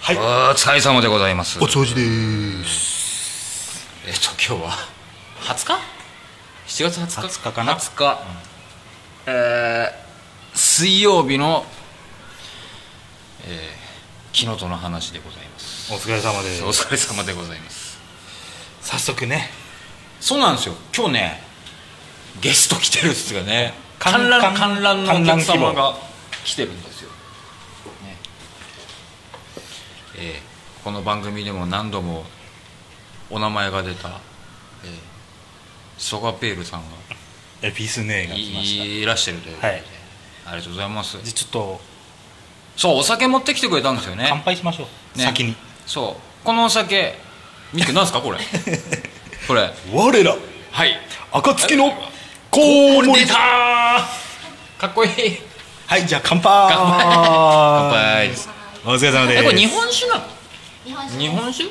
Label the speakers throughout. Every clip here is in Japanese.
Speaker 1: はい
Speaker 2: お疲れ様でございます
Speaker 1: お掃除です
Speaker 3: えっと今日は20日 ?7 月20日
Speaker 2: 20日かな
Speaker 3: 20日、えー水曜日の、えー、昨日との話でございます
Speaker 1: お疲れ様で
Speaker 3: お疲れ様でございます
Speaker 1: 早速ね
Speaker 3: そうなんですよ今日ねゲスト来てるんですがね観
Speaker 1: 観
Speaker 3: 覧
Speaker 1: 覧
Speaker 3: 観覧のお
Speaker 1: 観
Speaker 3: 客
Speaker 1: 覧希望
Speaker 3: 様が来てるんですよ、ねえーこの番組でも何度もお名前が出た、えーソガペールさんが
Speaker 1: えピースネーが来ました
Speaker 3: いらっしゃるということで、
Speaker 1: はい
Speaker 3: ありがとうございます
Speaker 1: じゃあちょっと
Speaker 3: そうお酒持ってきてくれたんですよ
Speaker 1: 乾
Speaker 3: ね
Speaker 1: 杯しましょう
Speaker 3: ね
Speaker 1: 先に
Speaker 3: そうこのお酒ミクなんですか これこれ
Speaker 1: 我ら
Speaker 3: はい
Speaker 1: 暁のコウモ
Speaker 3: 出
Speaker 1: リ
Speaker 3: たかっこいい
Speaker 1: はいじゃあ乾杯
Speaker 3: 乾杯乾杯
Speaker 1: お疲れ様で
Speaker 3: え
Speaker 1: す
Speaker 3: これ日本酒なの
Speaker 4: 日本酒
Speaker 3: 日本酒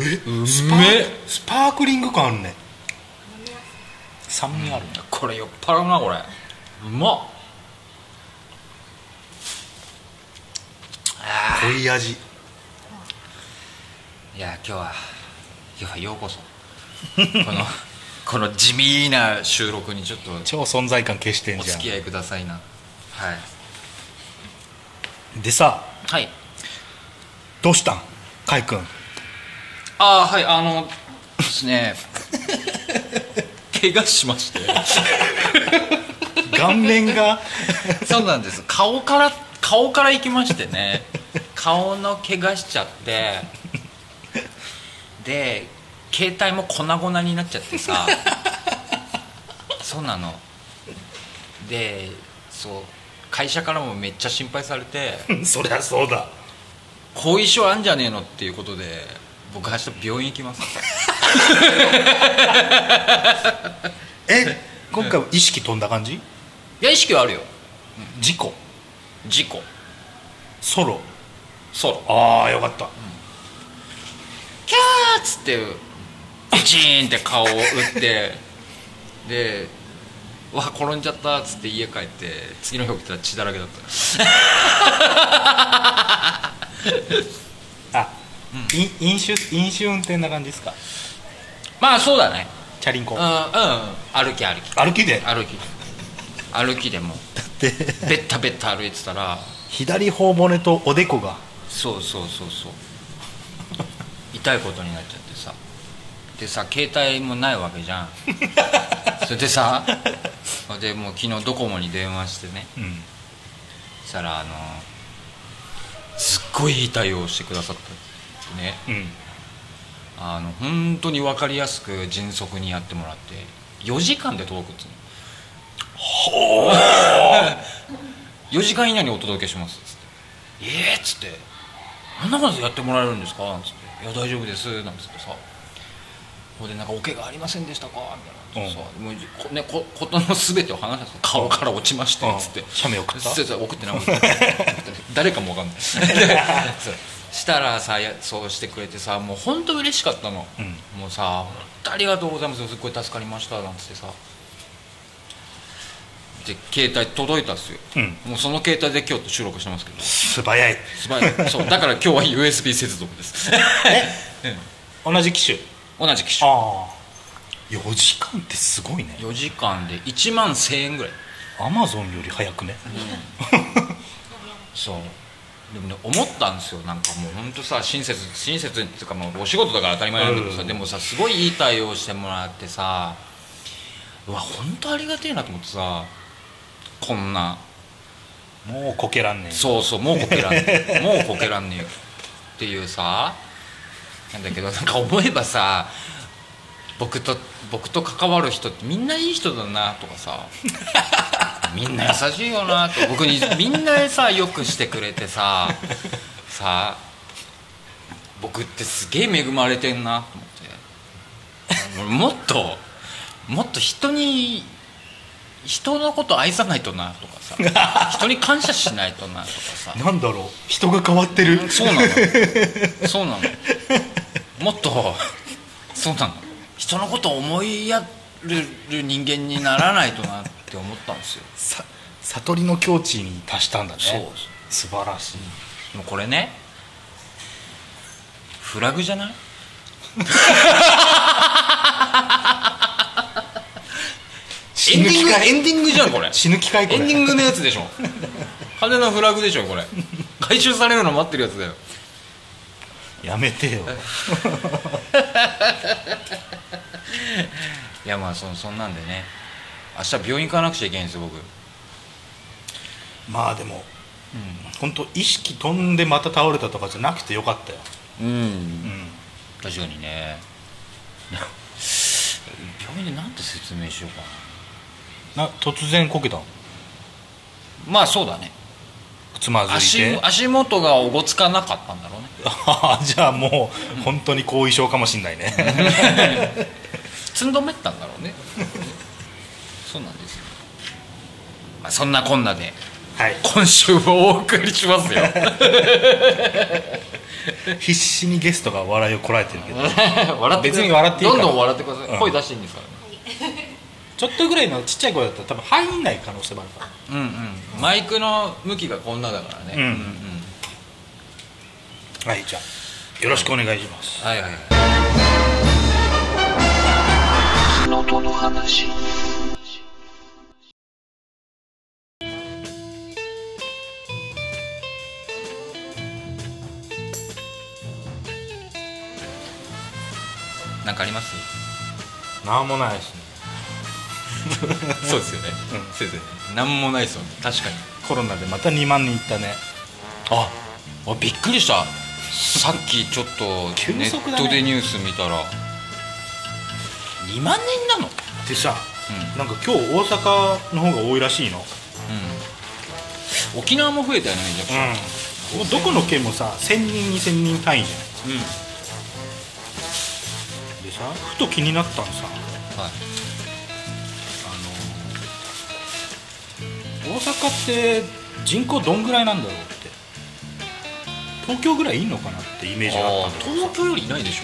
Speaker 1: え
Speaker 3: う
Speaker 1: スパ
Speaker 3: めえ
Speaker 1: スパークリング感あるね酸味あるね
Speaker 3: これ酔っ払うなこれうまっ
Speaker 1: 濃い味
Speaker 3: いや今日は今日はようこ そこのこの地味な収録にちょっと
Speaker 1: 超存在感消してん
Speaker 3: お
Speaker 1: じゃ
Speaker 3: 付き合いくださいなはい
Speaker 1: んでさ
Speaker 3: はい
Speaker 1: どうしたんかいくん
Speaker 3: ああはいあのです ね怪我しまして
Speaker 1: 顔面が
Speaker 3: そうなんです顔から顔から行きましてね顔の怪我しちゃってで携帯も粉々になっちゃってさそうなのでそう会社からもめっちゃ心配されて
Speaker 1: そりゃそうだ
Speaker 3: 後遺症あんじゃねえのっていうことで僕明日病院行きます
Speaker 1: え今回は意識飛んだ感じ
Speaker 3: いや意識はあるよ
Speaker 1: 事故
Speaker 3: 事故
Speaker 1: ソロ
Speaker 3: ソロ
Speaker 1: ああよかった
Speaker 3: キャーっつってジーンって顔を打ってで「うわ転んじゃった」っつって家帰って次の日起きたら血だらけだった
Speaker 1: あ、い飲酒飲酒運転な感じですか
Speaker 3: まあそうだね
Speaker 1: チャリンコ
Speaker 3: うんうん歩き歩き
Speaker 1: 歩きで
Speaker 3: 歩き歩きでも
Speaker 1: で
Speaker 3: ベッタベッタ歩いてたら
Speaker 1: 左頬骨とおでこが
Speaker 3: そうそうそうそう痛いことになっちゃってさでさ携帯もないわけじゃんそれでさでもう昨日ドコモに電話してね
Speaker 1: うん
Speaker 3: そしたらあのすっごいいい対応をしてくださったんですね
Speaker 1: うん
Speaker 3: あの本当に分かりやすく迅速にやってもらって4時間で届くっつう の4時間以内にお届けしますっつって「ええっ!」っつって「あんなことやってもらえるんですか?」なんつって「いや大丈夫です」なんつってさほいでなんかお怪我ありませんでしたかみたいなさ、もうこね、こことの全てを話したんですよ顔から落ちまして
Speaker 1: うん
Speaker 3: つって
Speaker 1: 写メ送った
Speaker 3: そうそう送ってない 送ってない誰かも分かんないでそうしたらさやそうしてくれてさもう本当嬉しかったの、
Speaker 1: うん
Speaker 3: もうさ「本当ありがとうございますすっごい助かりました」なんつってさで携帯届いたっすよ、
Speaker 1: うん
Speaker 3: もうその携帯で今日収録してますけど
Speaker 1: 素早い
Speaker 3: 素早いそうだから今日は USB 接続です
Speaker 1: 同じ機種
Speaker 3: 同じ機種
Speaker 1: ああ4時間ってすごいね
Speaker 3: 4時間で1万1000円ぐらい
Speaker 1: アマゾンより早くね
Speaker 3: そうでもね思ったんですよなんかもう本当さ親切親切っていうかもうお仕事だから当たり前なんだけどさ、
Speaker 1: うん
Speaker 3: でもさすごいいい対応してもらってさうわ本当ありがてえなと思ってさこんな
Speaker 1: もうこけらんねえ
Speaker 3: そうそうもうこけらんねえもうこけらんねえよっていうさなんだけどなんか思えばさ僕と僕と関わる人ってみんないい人だなとかさみんな優しいよなと僕にみんなさよくしてくれてささ僕ってすげえ恵まれてんなと思って俺もっともっと人に人のこと愛さないとなとかさ人に感謝しないとなとかさ
Speaker 1: なんだろう人が変わってる
Speaker 3: そうなの そうなのもっとそうなの人のことを思いやる人間にならないとなって思ったんですよ
Speaker 1: さ悟りの境地に達したんだね
Speaker 3: そう
Speaker 1: 素晴らしい
Speaker 3: もうこれねフラグじゃないエンディングエンディングじゃんこれ
Speaker 1: 死ぬ機会こ
Speaker 3: エ
Speaker 1: れ
Speaker 3: ンディングのやつでし ょ派手なフラグでしょこれ回収されるの待ってるやつだよ
Speaker 1: やめてよ
Speaker 3: いやまあそそんなんでね明日病院行かなくちゃいけないんですよ僕
Speaker 1: まあでも、本当意識飛んでまた倒れたとかじゃなくてよかったよ、
Speaker 3: うん、
Speaker 1: うん、
Speaker 3: 確かにね 病院でなんて説明しようか
Speaker 1: な突然こけたの
Speaker 3: なまあそうだね
Speaker 1: つまずい
Speaker 3: 足
Speaker 1: て
Speaker 3: 足元がおごつかなかったんだろうね
Speaker 1: あーじゃあもう本当に後遺症かもしんないね
Speaker 3: つんどめったんだろう ねそうなんですよ、まあ、そんなこんなで
Speaker 1: はい
Speaker 3: 今週もお送りし ますよ
Speaker 1: 必死にゲストが笑いをこらえてるけど
Speaker 3: 笑って
Speaker 1: 別に笑っていい
Speaker 3: ど
Speaker 1: か
Speaker 3: ん
Speaker 1: ら
Speaker 3: どん笑ってください、
Speaker 1: うん
Speaker 3: 声出していいんですからね
Speaker 1: ちょっとぐらいのちっちゃい声だったら多分入んない可能性もあるから
Speaker 3: うんうんマイクの向きがこんなだからね
Speaker 1: うんはいじゃあよろしくお願いします
Speaker 3: はいはいなんかあります
Speaker 1: なんもないし、
Speaker 3: そうですよね、
Speaker 1: うん
Speaker 3: 先生なんもないですよね確かに
Speaker 1: コロナでまた2万人いったね
Speaker 3: ああびっくりしたさっきちょっと
Speaker 1: 急
Speaker 3: ネ
Speaker 1: 速だ
Speaker 3: ッ
Speaker 1: ね
Speaker 3: トでニュース見たら、2万人なの
Speaker 1: でさ、
Speaker 3: う
Speaker 1: なんか今日大阪の方が多いらしいの
Speaker 3: うん沖縄も増えたよねじゃあ
Speaker 1: うんもうどこの県もさ1000人2000人単位じゃ
Speaker 3: う
Speaker 1: な
Speaker 3: ん、
Speaker 1: いでさふと気になったのさ
Speaker 3: はい
Speaker 1: 大阪って人口どんぐらいなんだろうって東京ぐらいいんのかなってイメージがあ
Speaker 3: あ
Speaker 1: っ
Speaker 3: ー
Speaker 1: たんだけど
Speaker 3: 東京よりいないでしょ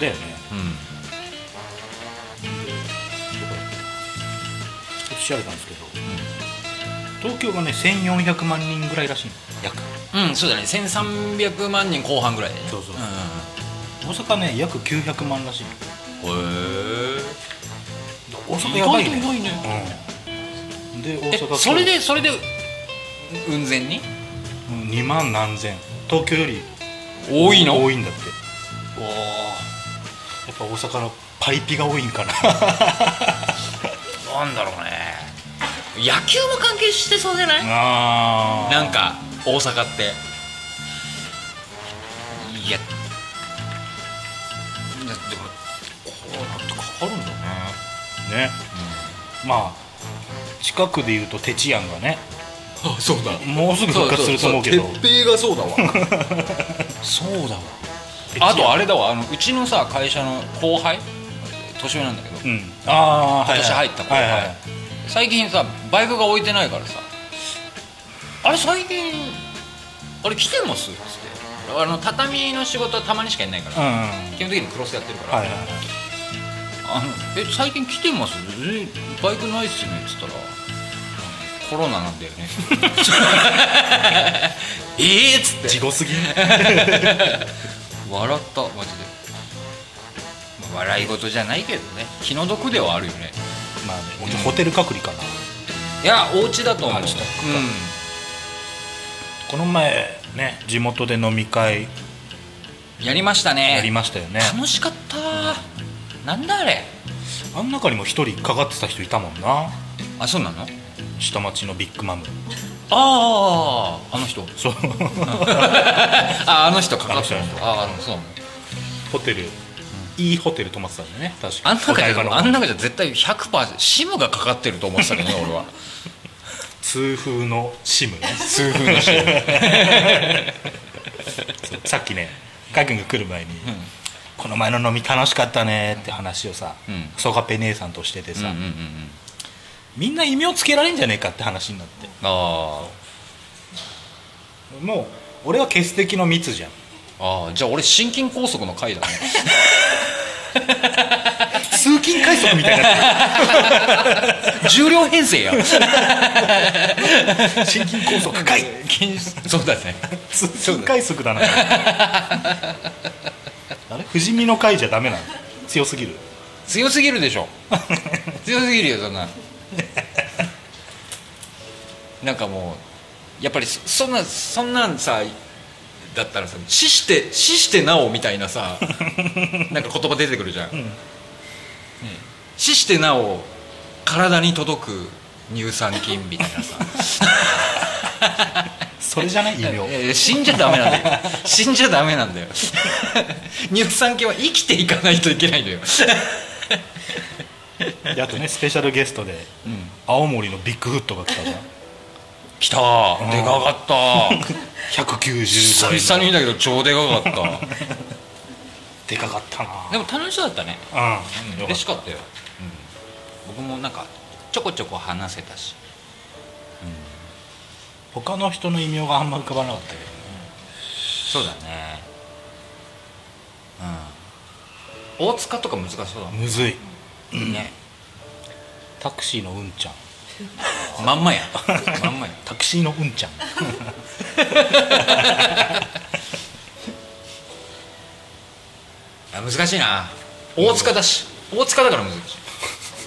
Speaker 1: だよね
Speaker 3: うん
Speaker 1: ちょっと調べたんですけど、東京がね1400万人ぐらいらしいの約
Speaker 3: うんそうだね1300万人後半ぐらいでね
Speaker 1: そうそうん
Speaker 3: ん
Speaker 1: 大阪ね約900万らしいの
Speaker 3: うん、へ
Speaker 1: 大阪
Speaker 3: え意
Speaker 1: やば
Speaker 3: 外
Speaker 1: い
Speaker 3: と意
Speaker 1: ね
Speaker 3: 外ね
Speaker 1: うんで大
Speaker 3: え
Speaker 1: 阪
Speaker 3: それでそれで雲仙に
Speaker 1: 2万何千東京より
Speaker 3: 多いの
Speaker 1: 多いんだって
Speaker 3: おー
Speaker 1: やっぱ大阪のパイピが多いんかな
Speaker 3: なんだろうね野球も関係してそうじゃない
Speaker 1: あー
Speaker 3: なんか大阪っていやなでもこうなんてかかるんだね
Speaker 1: ね、まあ近くで言うとテチヤンがね
Speaker 3: あそうだ
Speaker 1: もうすぐ復活すると思うけど
Speaker 3: 鉄平がそうだわそうだわあとあ
Speaker 1: れ
Speaker 3: れだわあのうちのさ会社の後輩年上なんだけど
Speaker 1: うんああ
Speaker 3: 今年入った後
Speaker 1: は
Speaker 3: 輩、
Speaker 1: いはい
Speaker 3: 最近さバイクが置いてないからさあれ最近あれ来てますっつってあの畳の仕事はたまにしかやんないから
Speaker 1: うんうん
Speaker 3: 基本的にクロスやってるから、
Speaker 1: はいはいはい
Speaker 3: あのえ最近来てますえバイクないっすよねっつったらコロナなんだよね えっつって
Speaker 1: 地 獄すぎ
Speaker 3: 笑ったマジで、まあ笑い事じゃないけどね気の毒ではあるよね
Speaker 1: まあね俺ホテル隔離かない
Speaker 3: やお家だと思う
Speaker 1: あ自宅か
Speaker 3: う
Speaker 1: この前ね地元で飲み会
Speaker 3: ん、やりましたね
Speaker 1: やりましたよね
Speaker 3: 楽しかったなんだあれ
Speaker 1: あん中にも一人かかってた人いたもんな
Speaker 3: あそうなの
Speaker 1: 下町のビッグマム
Speaker 3: あああの人
Speaker 1: そう
Speaker 3: ああの人かかってる
Speaker 1: あの人
Speaker 3: 人ああそうなの
Speaker 1: ホテルいいホテル泊まってたんだよね確か
Speaker 3: あん中
Speaker 1: お台
Speaker 3: じ
Speaker 1: 場
Speaker 3: ゃ
Speaker 1: の
Speaker 3: あん中じゃ絶対100%シムがかかってると思ってたけ どね俺は
Speaker 1: 痛風のシ ムね
Speaker 3: 痛風のシム
Speaker 1: さっきねかいくんが来る前に、この前の飲み楽しかったね」って話をさ、
Speaker 3: うん
Speaker 1: ソガペ姉さんとしててさ、
Speaker 3: うんうんうんうん
Speaker 1: みんな異名つけられんじゃねえかって話になって
Speaker 3: あ
Speaker 1: もう俺は欠席の密じゃん
Speaker 3: ーあーじゃあ俺心筋梗塞の回だね
Speaker 1: す通勤快速みたいに なって
Speaker 3: 重量編成や
Speaker 1: る心筋梗塞かい
Speaker 3: そうだね
Speaker 1: 通勤快速だなあれ不死身の会じゃダメなの強すぎる
Speaker 3: 強すぎるでしょ 強すぎるよそんななんかもうやっぱりそそんなそんなんさだったらさ「死して死してなお」みたいなさなんか言葉出てくるじゃん、ね死してなお体に届く乳酸菌みたいなさ
Speaker 1: それじゃない異名
Speaker 3: いやいや死んじゃダメなんだよ死んじゃダメなんだよ乳酸菌は生きていかないといけないのよ
Speaker 1: であとねスペシャルゲストで、
Speaker 3: ん
Speaker 1: 青森のビッグフットが来たじゃん
Speaker 3: きたーでかか った
Speaker 1: 195
Speaker 3: 久々にだけど超でかかった
Speaker 1: でかかったな
Speaker 3: でも楽しそうだったね、
Speaker 1: うん、
Speaker 3: 嬉しかったよ、僕もなんかちょこちょこ話せたし
Speaker 1: 他の人の異名があんま浮かばなかったけど
Speaker 3: そうだねうん大塚とか難しそうだも
Speaker 1: むずい
Speaker 3: んね、
Speaker 1: タクシーのうんちゃん
Speaker 3: まんまやまんまや
Speaker 1: タクシーのうんちゃん
Speaker 3: あ難しいな大塚だし大塚だから難しい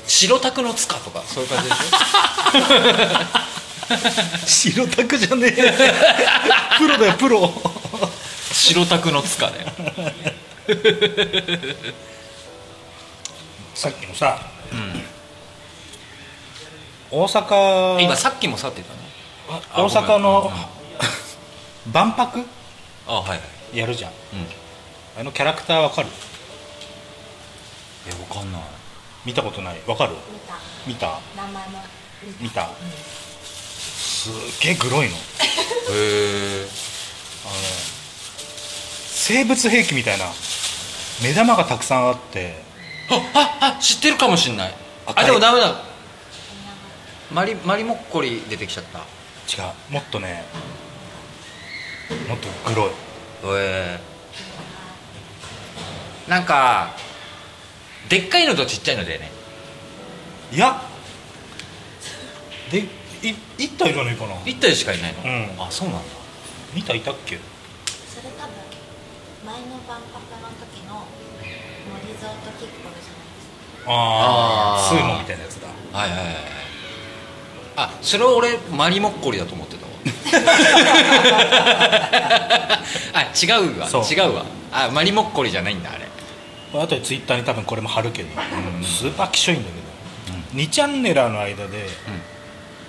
Speaker 3: 白タクの塚とかそういう感じでし
Speaker 1: 白タクじゃねえ プロだよプロ
Speaker 3: ょ白タクの塚だよ
Speaker 1: さっきのさ、大阪
Speaker 3: 今さっきも去ってたねあ
Speaker 1: 大阪
Speaker 3: ご
Speaker 1: の
Speaker 3: めん
Speaker 1: 万博
Speaker 3: あはいはい
Speaker 1: やるじゃん
Speaker 3: うん
Speaker 1: あのキャラクターわかる
Speaker 3: えわかんない
Speaker 1: 見たことないわかる
Speaker 2: 見た
Speaker 1: 見た
Speaker 2: 名前も
Speaker 1: 見たすっげえグロいの
Speaker 3: へえ
Speaker 1: 生物兵器みたいな目玉がたくさんあって
Speaker 3: ああ知ってるかもしんない
Speaker 1: 赤
Speaker 3: あ
Speaker 1: い
Speaker 3: でもダメだマリマリモッコリ出てきちゃったへ
Speaker 1: 違うもっとねもっとグロい
Speaker 3: えなんかでっかいのとちっちゃいのだよね
Speaker 1: いやでい一体じゃないかな
Speaker 3: 1体しかいないの、
Speaker 1: うん
Speaker 3: あそうなんだ
Speaker 1: 見たいたっけ
Speaker 2: それ多分前の万博の時のリゾートキッコルじゃないです
Speaker 1: あ
Speaker 2: か
Speaker 1: あ
Speaker 3: あー
Speaker 1: スーモみたいなやつだ
Speaker 3: はいはいはいはいあそれを俺マリモッコリだと思ってた わあ違うわ
Speaker 1: そう
Speaker 3: 違うわあマリモッコリじゃないんだあれ
Speaker 1: あとでツイッターに多分これも貼るけど、スーパーきしょいんだけど、2チャンネラーの間で、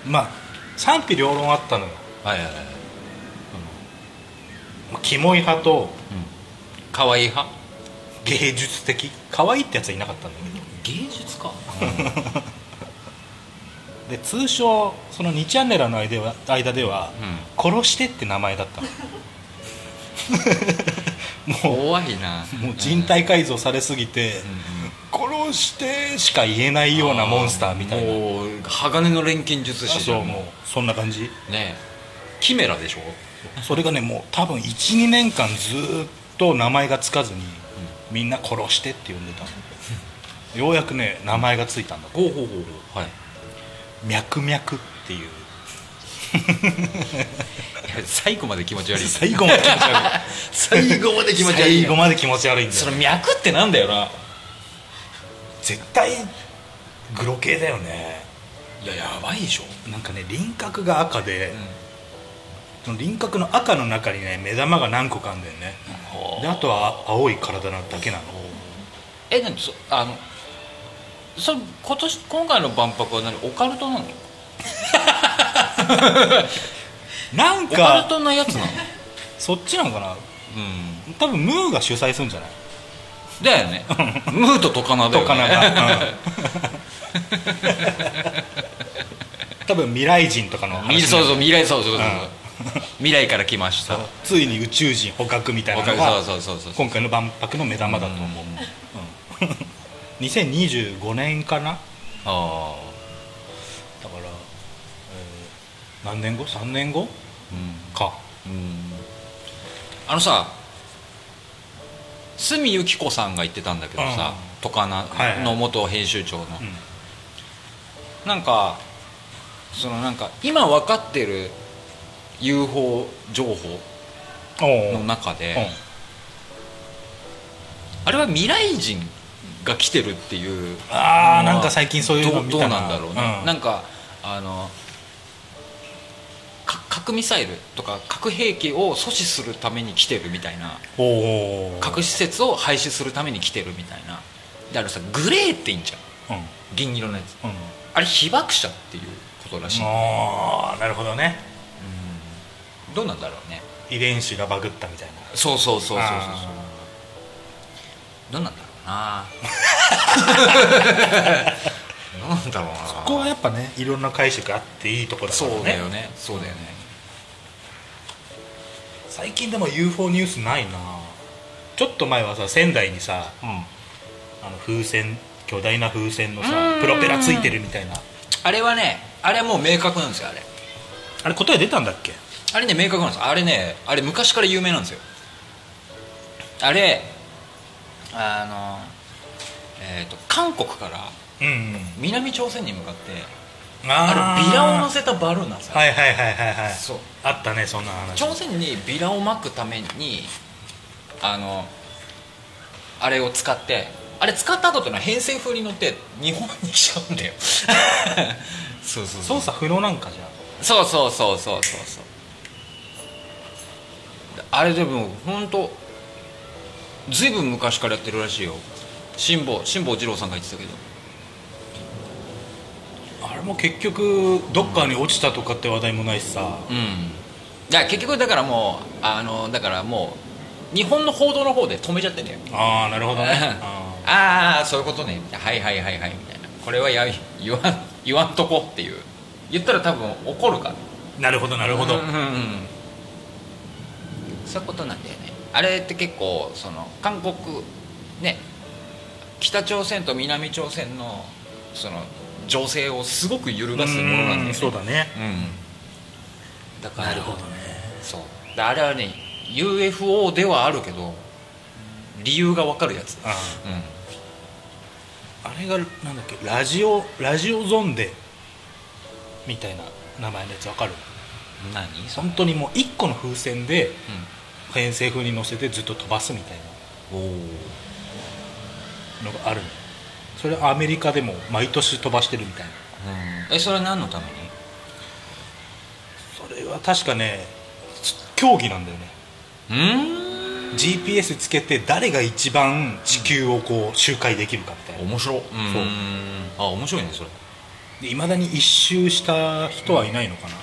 Speaker 1: まあ賛否両論あったのよ
Speaker 3: はいはいはい
Speaker 1: まあキモい派と
Speaker 3: かわいい派
Speaker 1: 芸術的可愛いってやつはいなかったんだけど
Speaker 3: 芸術か、
Speaker 1: で通称その2チャンネルの間では間では「殺して」って名前だったのも
Speaker 3: 怖いな
Speaker 1: うもう人体改造されすぎて「殺して」しか言えないようなモンスターみたいな
Speaker 3: もう鋼の錬金術師じゃ
Speaker 1: そうんもうそんな感じ
Speaker 3: ねえキメラでしょ
Speaker 1: それがねもう多分12年間ずーっと名前がつかずにみんな「殺して」って呼んでたのようやくね名前がついたんだ
Speaker 3: ほうほうほうほうはい
Speaker 1: 「脈々」っていう
Speaker 3: いや最後まで気持ち悪い
Speaker 1: 最後まで気持ち悪い
Speaker 3: 最後まで
Speaker 1: 最後まで気持ち悪いんだよ
Speaker 3: その脈ってなんだよな
Speaker 1: 絶対グロ系だよね
Speaker 3: いややばいでしょ
Speaker 1: なんかね輪郭が赤で、その輪郭の赤の中にね目玉が何個かあんだよね、であとは青い体なだけなの
Speaker 3: え何そあのそ今年今回の万博は何オカルトなの
Speaker 1: なん
Speaker 3: オカル
Speaker 1: か
Speaker 3: トなや つなの
Speaker 1: そっちなのかな
Speaker 3: うん
Speaker 1: 多分ムーが主催するんじゃない
Speaker 3: だよねムーとトカナだよ
Speaker 1: と
Speaker 3: ね
Speaker 1: かなんか、 うん多分未来人とかの
Speaker 3: み
Speaker 1: 話
Speaker 3: そうそう
Speaker 1: う
Speaker 3: 未来そうそうそう、
Speaker 1: う
Speaker 3: 未来から来ました
Speaker 1: ついに宇宙人捕獲みたいなの
Speaker 3: わか
Speaker 1: が
Speaker 3: るそうそうそうそう
Speaker 1: 今回の万博の目玉だと思う、うん2025年かな
Speaker 3: あ
Speaker 1: だから、えー何年後3年後か
Speaker 3: ーうんあのさ角由紀子さんが言ってたんだけどさ、とかな、
Speaker 1: はいはい
Speaker 3: の元編集長の、
Speaker 1: ん
Speaker 3: なんかそのなんか今分かってる UFO 情報
Speaker 1: おお
Speaker 3: の中で、あれは未来人が来てるっていう
Speaker 1: ああなんか最近そういうの
Speaker 3: ど
Speaker 1: 見
Speaker 3: どうな
Speaker 1: た
Speaker 3: んだろうね、なんかあのか核ミサイルとか核兵器を阻止するために来てるみたいな
Speaker 1: おお
Speaker 3: 核施設を廃止するために来てるみたいなであのさグレーっていいんじゃん
Speaker 1: うんうん
Speaker 3: 銀色のやつあれ被爆者っていうことらしい、
Speaker 1: ああなるほどね
Speaker 3: どうなんだろうね
Speaker 1: 遺伝子がバグったみたいな
Speaker 3: そうそうそうそうそう
Speaker 1: あ
Speaker 3: どうなんだろう などうなんだろうな
Speaker 1: ーここはやっぱねいろんな解釈あっていいとこだからね
Speaker 3: そうだよねそうだよね
Speaker 1: 最近でも UFO ニュースないなちょっと前はさ仙台にさあの風船巨大な風船のさ
Speaker 3: うん
Speaker 1: プロペラついてるみたいな
Speaker 3: あれはねあれはもう明確なんですよあれ
Speaker 1: あれ答え出たんだっけ
Speaker 3: あれね明確なんですあれねあれ昔から有名なんですよあれあのえっ、と韓国から
Speaker 1: うんうん
Speaker 3: 南朝鮮に向かってあ
Speaker 1: あ
Speaker 3: るビラを乗
Speaker 1: せ
Speaker 3: せたバルーンなんですよ、
Speaker 1: はいはいはいはいはい
Speaker 3: そう
Speaker 1: あったねそんな話
Speaker 3: 朝鮮にビラをまくためにあのあれを使ってあれ使った後ってのは偏西風に乗って日本に来ちゃうん だよそうそうそう
Speaker 1: 操作不能なんかじゃん
Speaker 3: そうそうそうそうそうそうあれでも本当ずいぶん昔からやってるらしいよ辛坊辛坊二郎さんが言ってたけど
Speaker 1: あれも結局どっかに落ちたとかって話題もないしさ、
Speaker 3: うんだから結局だからもうあのだからもう日本の報道の方で止めちゃってんだよ
Speaker 1: ああなるほどねあ
Speaker 3: ああーそういうことねみたいなはいはいはいはいみたいなこれはや言わん言わんとこっていう言ったら多分怒るから
Speaker 1: ーなるほどなるほど、
Speaker 3: うんうんうんそういうことなんだよねあれって結構その韓国ね北朝鮮と南朝鮮のその情勢をすごく揺るがすものなんだよね
Speaker 1: そうだね
Speaker 3: うんだから
Speaker 1: ね
Speaker 3: そうだあれはね UFO ではあるけど理由がわかるやつ
Speaker 1: あ
Speaker 3: う
Speaker 1: ーあれがなんだっけラジオラジオゾンデみたいな名前のやつわかる
Speaker 3: ん何そ
Speaker 1: 本当にもう1個の風船で
Speaker 3: う
Speaker 1: 偏西風に乗せてずっと飛ばすみたい
Speaker 3: んおお
Speaker 1: なのがあるのそれアメリカでも毎年飛ばしてるみたいな
Speaker 3: えそれ何のために
Speaker 1: それは確かね競技なんだよね
Speaker 3: うー
Speaker 1: GPS つけて誰が一番地球をこう周回できるかみたいな
Speaker 3: 面白うん
Speaker 1: そう
Speaker 3: あ面白いねそれ
Speaker 1: いまだに一周した人はいないのかな、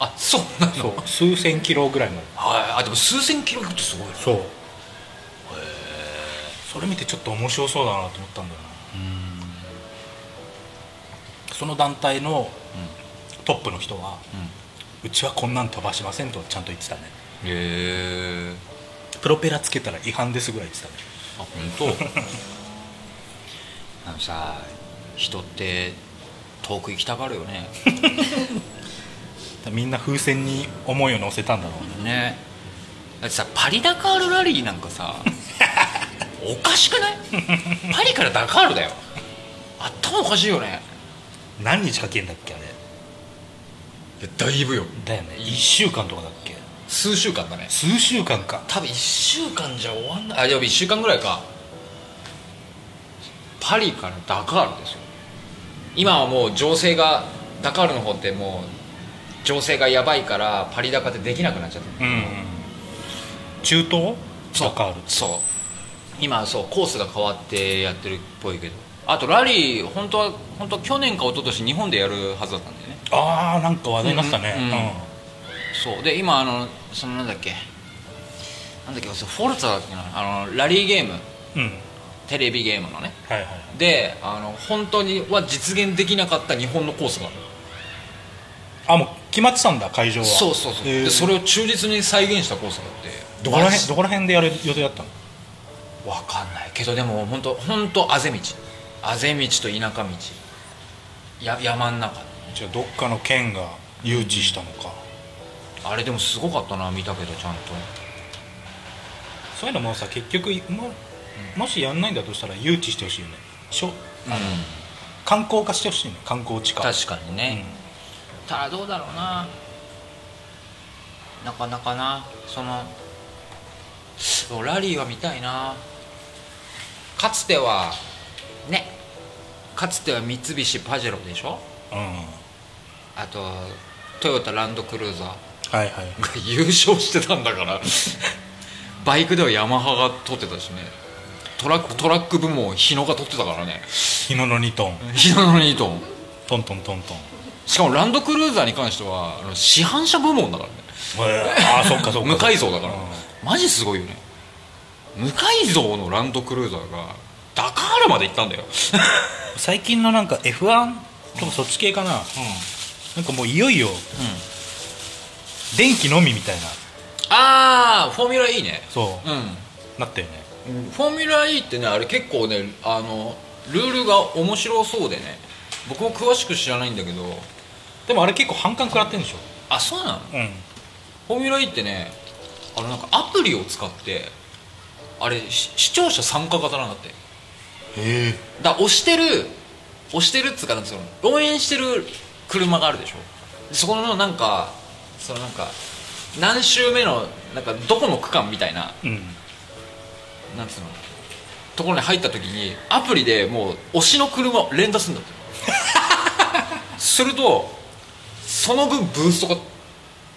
Speaker 3: あそうなの
Speaker 1: そう数千キロぐらいまで
Speaker 3: はいあでも数千キロってすごいね
Speaker 1: そうへえそれ見てちょっと面白そうだなと思ったんだよなその団体のトップの人は、うちはこんなん飛ばしませんとちゃんと言ってたね
Speaker 3: へえ
Speaker 1: プロペラつけたら違反ですぐらい言ってた
Speaker 3: あ本
Speaker 1: ね
Speaker 3: 当 あのさ人って遠く行きたがるよ ね
Speaker 1: だからみんな風船に思いを乗せたんだろうね
Speaker 3: ねだってさパリ・ダカールラリーなんか さおかしくないパリからダカールだよ頭おかしいよね
Speaker 1: 何日かけんだっけあれ
Speaker 3: だいぶよ
Speaker 1: だよね1週間とかだっけ
Speaker 3: 数週間だね
Speaker 1: 数週間か
Speaker 3: 多分1週間じゃ終わんないあでも1週間ぐらいかパリからダカールですよ今はもう情勢がダカールの方ってもう情勢がやばいからパリダカってできなくなっちゃってる
Speaker 1: うん中東
Speaker 3: そう
Speaker 1: ダカール
Speaker 3: そう今そうコースが変わってやってるっぽいけどあとラリー本当は本当は去年か一昨年日本でやるはずだったんだよね
Speaker 1: ああなんか話題になってたね
Speaker 3: うんうんうんそうで今あのそのなんだっけなんだっけそれフォルツァだっけなあのラリーゲーム
Speaker 1: うん、うん
Speaker 3: テレビゲームのね
Speaker 1: はいはい
Speaker 3: であの本当には実現できなかった日本のコースがある
Speaker 1: あもう決まってたんだ会場は
Speaker 3: そうそうそう、
Speaker 1: へー
Speaker 3: でそれを忠実に再現したコースがあって
Speaker 1: どこら
Speaker 3: マ
Speaker 1: 辺
Speaker 3: ジ
Speaker 1: どこら辺でやる予定だったの
Speaker 3: わかんないけどでも本当本当あぜ道あぜ道と田舎道や山ん中
Speaker 1: じゃあどっかの県が誘致したのか、
Speaker 3: あれでもすごかったな見たけどちゃんと
Speaker 1: そういうのもさ結局、まもしやんないんだとしたら誘致してほしいよねしょ
Speaker 3: うん
Speaker 1: 観光化してほしいね観光地化
Speaker 3: 確かにね、ただどうだろうななかなかなそのそうラリーは見たいなかつてはねかつては三菱パジェロでしょ
Speaker 1: うん、うんはい
Speaker 3: あとトヨタランドクルーザーが
Speaker 1: はい
Speaker 3: 優勝してたんだから バイクではヤマハが取ってたしねトラックトラック部門日野が取ってたからね
Speaker 1: 日野の2トン
Speaker 3: 日野の2トン
Speaker 1: トントントントン
Speaker 3: しかもランドクルーザーに関してはあの市販車部門だからね
Speaker 1: ああそっかそっか
Speaker 3: 無改造だから
Speaker 1: うん
Speaker 3: マジすごいよね無改造のランドクルーザーがダカールまで行ったんだよ、
Speaker 1: 最近のなんか F1 とかそっち系かな、なんかもういよいよ電気のみみたいな
Speaker 3: ああフォーミュラいいね
Speaker 1: そう、
Speaker 3: う
Speaker 1: なったよね
Speaker 3: んフォーミュラ E ってねあれ結構ねあのルールが面白そうでね僕も詳しく知らないんだけど
Speaker 1: でもあれ結構反感食らってんでしょ
Speaker 3: あそうなの
Speaker 1: うん
Speaker 3: フォーミュラ E ってねあのなんかアプリを使ってあれし視聴者参加型なんだって
Speaker 1: へえ
Speaker 3: だから押してる押してるっつうかなんつうの応援してる車があるでしょそこのなんかそのなんか何周目のなんかどこの区間みたいな
Speaker 1: うん
Speaker 3: なんつうのところに入った時にアプリでもう推しの車を連打するん だってするとその分ブーストが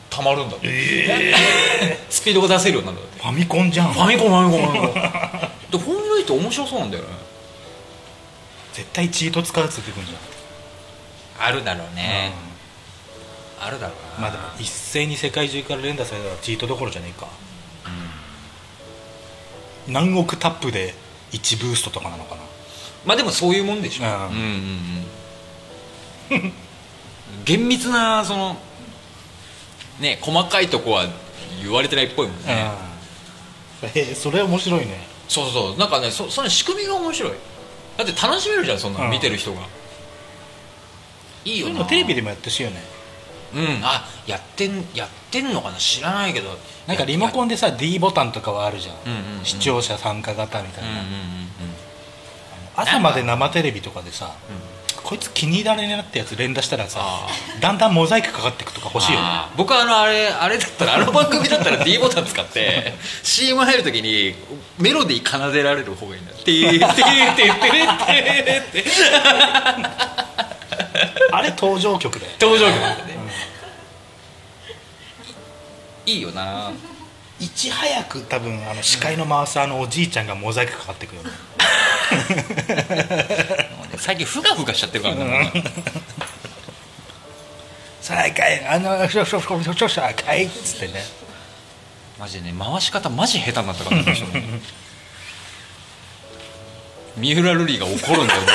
Speaker 3: たまるんだって、 スピードが出せるようになるんだって
Speaker 1: ファミコンじゃん
Speaker 3: ファミコンファミコンファミコン でフォーミュラ E って面白そうなんだよね
Speaker 1: 絶対チート使うやつ出てくるじゃん、
Speaker 3: あるだろうね、あるだろうな
Speaker 1: まあでも一斉に世界中から連打されたらチートどころじゃねえか、何億タップで1ブーストとかなのかな
Speaker 3: まあでもそういうもんでしょ、
Speaker 1: うん
Speaker 3: うんうんうん厳密なそのね細かいとこは言われてないっぽいもんね、
Speaker 1: えーそれ面白いね
Speaker 3: そうそうなんかねそその仕組みが面白いだって楽しめるじゃんそんなの、
Speaker 1: うん
Speaker 3: 見てる人がいい
Speaker 1: そ
Speaker 3: よ
Speaker 1: ういう
Speaker 3: な
Speaker 1: のテレビでもやってほしいよね
Speaker 3: うんあやってんやってんのかな知らないけど
Speaker 1: なんかリモコ
Speaker 3: ン
Speaker 1: ンでさ D ボタンとかはあるじゃん,、
Speaker 3: うんうんうん
Speaker 1: 視聴者参加型みたい
Speaker 3: うん
Speaker 1: な、
Speaker 3: うんうん
Speaker 1: 朝まで生テレビとかでさ、こいつ気に入られねえなってやつ連打したらさ
Speaker 3: あ
Speaker 1: だんだんモザイクかかってくとか欲しいよね
Speaker 3: あー僕はあのあれあれだったらあの番組だったら D ボタン使って CM 入るときにメロディー奏でられる方がいいんだよ「てーてーてーてーてーてーて
Speaker 1: あれ登場曲で
Speaker 3: 登場曲なんだね、 いいよない
Speaker 1: ち早く多分あの司会のマーサーのおじいちゃんがモザイクかかってくよね
Speaker 3: 最近フガフガしちゃってるからね、
Speaker 1: さあかいあのふしょふしょふしょふしょふしょかいっつってね
Speaker 3: マジでね回し方マジ下手になったからねこの人 ね三浦瑠麗が怒るんだよね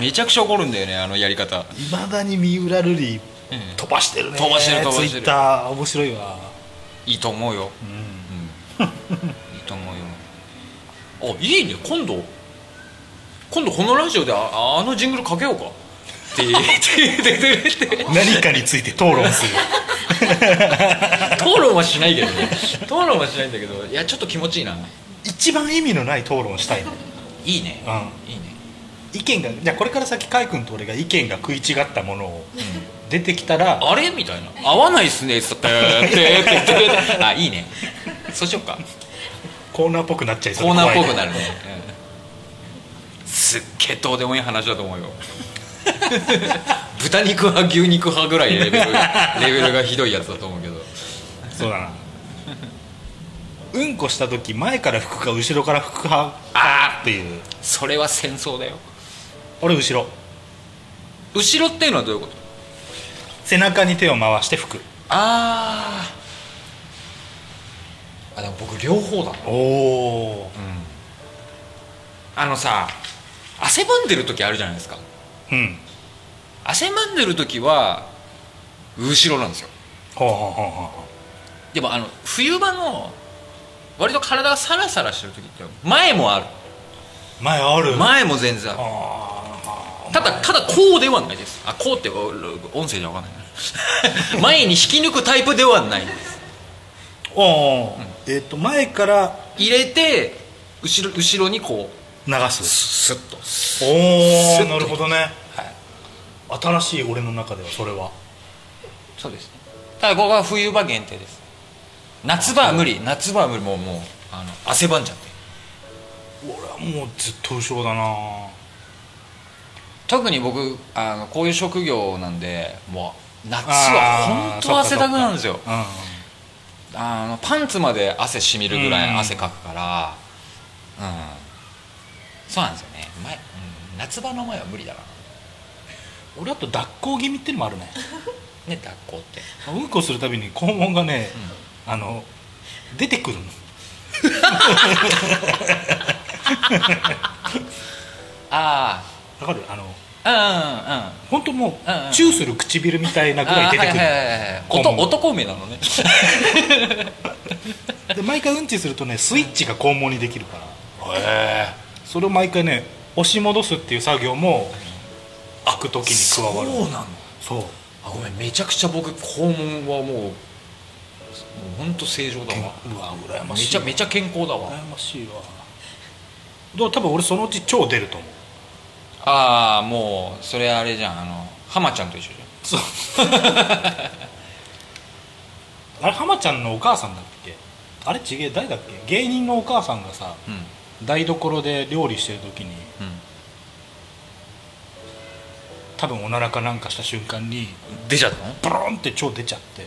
Speaker 3: めちゃくちゃ怒るんだよねあのやり方
Speaker 1: いまだに三浦瑠麗
Speaker 3: ええ
Speaker 1: 飛ばしてるね
Speaker 3: 飛ばしてる飛ばしてる
Speaker 1: ツイッター面白いわ
Speaker 3: いいと思うよ、うん、いいと思うよあいいね今度今度このラジオでああのジングルかけようかって 言って
Speaker 1: 何かについて討論す る
Speaker 3: 討論はしないけどね討論はしないんだけどいやちょっと気持ちいいな
Speaker 1: 一番意味のない討論したいの
Speaker 3: いいね、いいね
Speaker 1: 意見がじゃあこれから先海君と俺が意見が食い違ったものを 出てきたら
Speaker 3: あれみたいな合わないっすねっつったらてーてーてーてーあいいねそうしよっか
Speaker 1: コーナーっぽくなっちゃいそう
Speaker 3: コーナーっぽ
Speaker 1: 怖
Speaker 3: く
Speaker 1: いね
Speaker 3: なるね、うんすっげえどうでもいい話だと思うよ豚肉派牛肉派ぐらいレベルレベルがひどいやつだと思うけど
Speaker 1: そ うだなうんこした時前から拭くか後ろから拭く派
Speaker 3: あ
Speaker 1: っていう
Speaker 3: それは戦争だよ
Speaker 1: 俺後ろ
Speaker 3: 後ろっていうのはどういうこと
Speaker 1: 背中に手を回して拭く
Speaker 3: あーあでも僕両方だな
Speaker 1: おお
Speaker 3: あのさ汗ばんでる時あるじゃないですか
Speaker 1: うん
Speaker 3: 汗ばんでる時は後ろなんですよ
Speaker 1: ほうほうほうほうほ
Speaker 3: でもあの冬場の割と体がサラサラしてる時って前もある
Speaker 1: う前ある
Speaker 3: 前も全然ある
Speaker 1: あ
Speaker 3: ただただこうではないですあこうってお音声じゃ分かんないな 前に引き抜くタイプではないです
Speaker 1: ーおーえっ、と前から
Speaker 3: 入れて後ろ後ろにこう
Speaker 1: 流す
Speaker 3: スッとスス
Speaker 1: お
Speaker 3: ッ
Speaker 1: お
Speaker 3: と
Speaker 1: なるほどね
Speaker 3: はい
Speaker 1: 新しい俺の中ではそれは
Speaker 3: そうですねただここは冬場限定です夏場は無理夏場は無理もうもうあの汗ばんじゃって
Speaker 1: 俺はもうずっと後ろだな
Speaker 3: 特に僕あのこういう職業なんでもう夏は
Speaker 1: あー
Speaker 3: 本当汗だくなんです
Speaker 1: そ
Speaker 3: よ
Speaker 1: っかそっか
Speaker 3: あのパンツまで汗しみるぐら
Speaker 1: う
Speaker 3: い
Speaker 1: ん
Speaker 3: 汗かくからうん、そうなんですよね前、うん夏場の前は無理だな
Speaker 1: うん俺だと脱行気味ってのもあるね
Speaker 3: ね学校って
Speaker 1: うんこするたびに肛門がね、あの出てくるの
Speaker 3: あ
Speaker 1: わかるあの
Speaker 3: あ
Speaker 1: 本当もう、
Speaker 3: うんうん
Speaker 1: チューする唇みたいなぐ
Speaker 3: うんうんうん
Speaker 1: らい
Speaker 3: あー
Speaker 1: 出て
Speaker 3: はい
Speaker 1: く
Speaker 3: はい
Speaker 1: る、
Speaker 3: はいはい
Speaker 1: 肛
Speaker 3: おと
Speaker 1: 門
Speaker 3: 男梅なのね
Speaker 1: で毎回うんちするとねスイッチが肛門にできるからへえそれを毎回ね押し戻すっていう作業も開く時に加わる
Speaker 3: そうなの
Speaker 1: そう
Speaker 3: あごめんめちゃくちゃ僕肛門はもうもう本当正常だ
Speaker 1: 健
Speaker 3: わ
Speaker 1: うわ羨ま
Speaker 3: め
Speaker 1: しい
Speaker 3: ちゃめちゃ健康だ
Speaker 1: ゃ
Speaker 3: わ
Speaker 1: 羨ましいわだから多分俺そのうち超出ると思う
Speaker 3: ああもうそれあれじゃんあの浜ちゃんと一緒じ
Speaker 1: そう あれ浜ちゃんのお母さんだっけあれちげえ誰だっけ芸人のお母さんがさ
Speaker 3: ゃんうん
Speaker 1: 台所で料理してる時に多分おならかなんかした瞬間に
Speaker 3: うん出ちゃったの
Speaker 1: ブロンって腸出ちゃって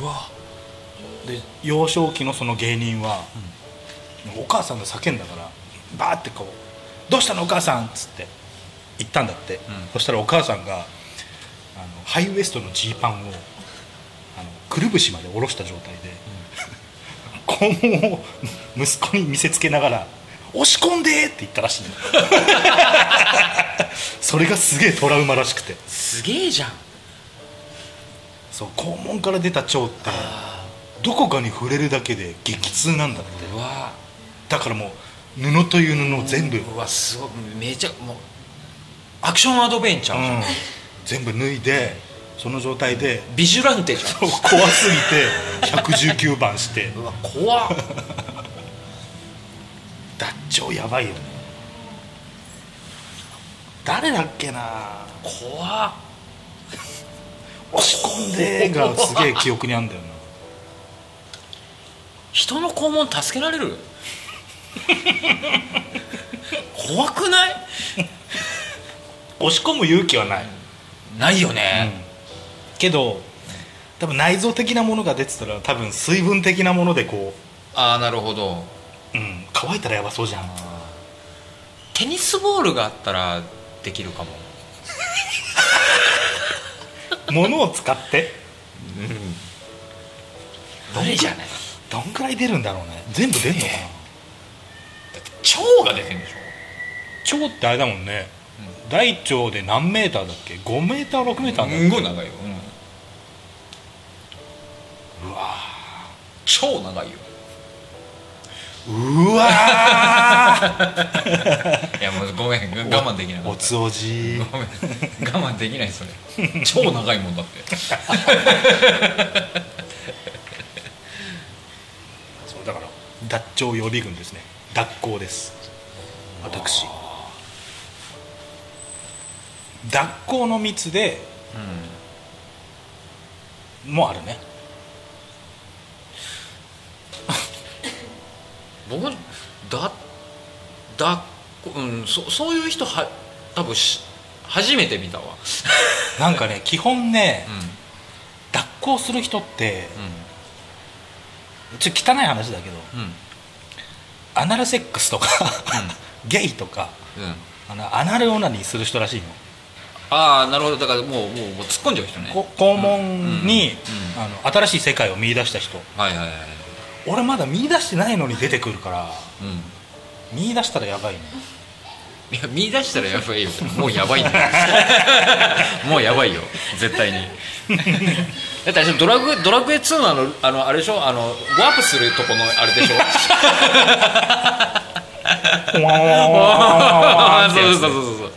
Speaker 3: うわ
Speaker 1: で幼少期のその芸人は、お母さんが叫んだからバーってこう「どうしたのお母さん」っつって言ったんだって、そしたらお母さんがあのハイウエストのジーパンをあのくるぶしまで下ろした状態で、肛門を息子に見せつけながら「押し込んで!」って言ったらしいのそれがすげえトラウマらしくて
Speaker 3: すげえじゃん
Speaker 1: そう肛門から出た腸ってどこかに触れるだけで激痛なんだって
Speaker 3: うわ
Speaker 1: だからもう布という布を全部、うん
Speaker 3: うわすごいめちゃもうアクションアドベンチャーじゃん、
Speaker 1: 全部脱いでその状態で
Speaker 3: ビジュランテじゃん
Speaker 1: 怖すぎて119番して
Speaker 3: うわ怖っ
Speaker 1: 脱腸やばいよね誰だっけな
Speaker 3: 怖っ
Speaker 1: 押し込んでがすげえ記憶にあんだよな
Speaker 3: 人の肛門助けられる怖くない
Speaker 1: 押し込む勇気はない、
Speaker 3: ないよ
Speaker 1: うん
Speaker 3: ね、
Speaker 1: けど多分内臓的なものが出てたら多分水分的なものでこ
Speaker 3: ああなるほど
Speaker 1: う、うん、乾いたらやばそうじゃん
Speaker 3: テニスボールがあったらできるかも
Speaker 1: 物を使って
Speaker 3: 無理じゃない
Speaker 1: どんくらい出るんだろうね全部出んのかな
Speaker 3: だって腸が出てるんでしょ
Speaker 1: 腸ってあれだもんね、大腸で何メーターだっけ5メーター6メーターだっ
Speaker 3: す
Speaker 1: け、
Speaker 3: ごい長いよ、
Speaker 1: うわ
Speaker 3: 超長いよ
Speaker 1: うわ
Speaker 3: いやもうごめん我慢できな
Speaker 1: ー
Speaker 3: か
Speaker 1: お
Speaker 3: った
Speaker 1: つおじ
Speaker 3: ごめん我慢できないそ れ超長いもんだって
Speaker 1: そうだから脱腸予備軍ですね脱行です私脱行の蜜で
Speaker 3: う
Speaker 1: もあるね
Speaker 3: ん僕だだうんそそういう人は多分し初めて見たわ
Speaker 1: なんかね基本ね
Speaker 3: うん
Speaker 1: 脱行する人って
Speaker 3: う
Speaker 1: ちょっと汚い話だけど
Speaker 3: んうん
Speaker 1: アナルセックスとか、ゲイとか
Speaker 3: うん
Speaker 1: あのアナルオナニーする人らしいの
Speaker 3: ああなるほどだからもうもうもう突っ込んじゃう人ね
Speaker 1: こ肛門に、
Speaker 3: うん
Speaker 1: あの新しい世界を見出した人
Speaker 3: はいはいはい
Speaker 1: 俺まだ見出してないのに出てくるから
Speaker 3: うん
Speaker 1: 見出したらやば いね
Speaker 3: いや見出したらやばいよもうやばい ねもうやばいよ絶対にだってあれでしょドラグドラクエ2のあのあのあれでしょあのワープするとこのあれ でしょそうそうそうそうそう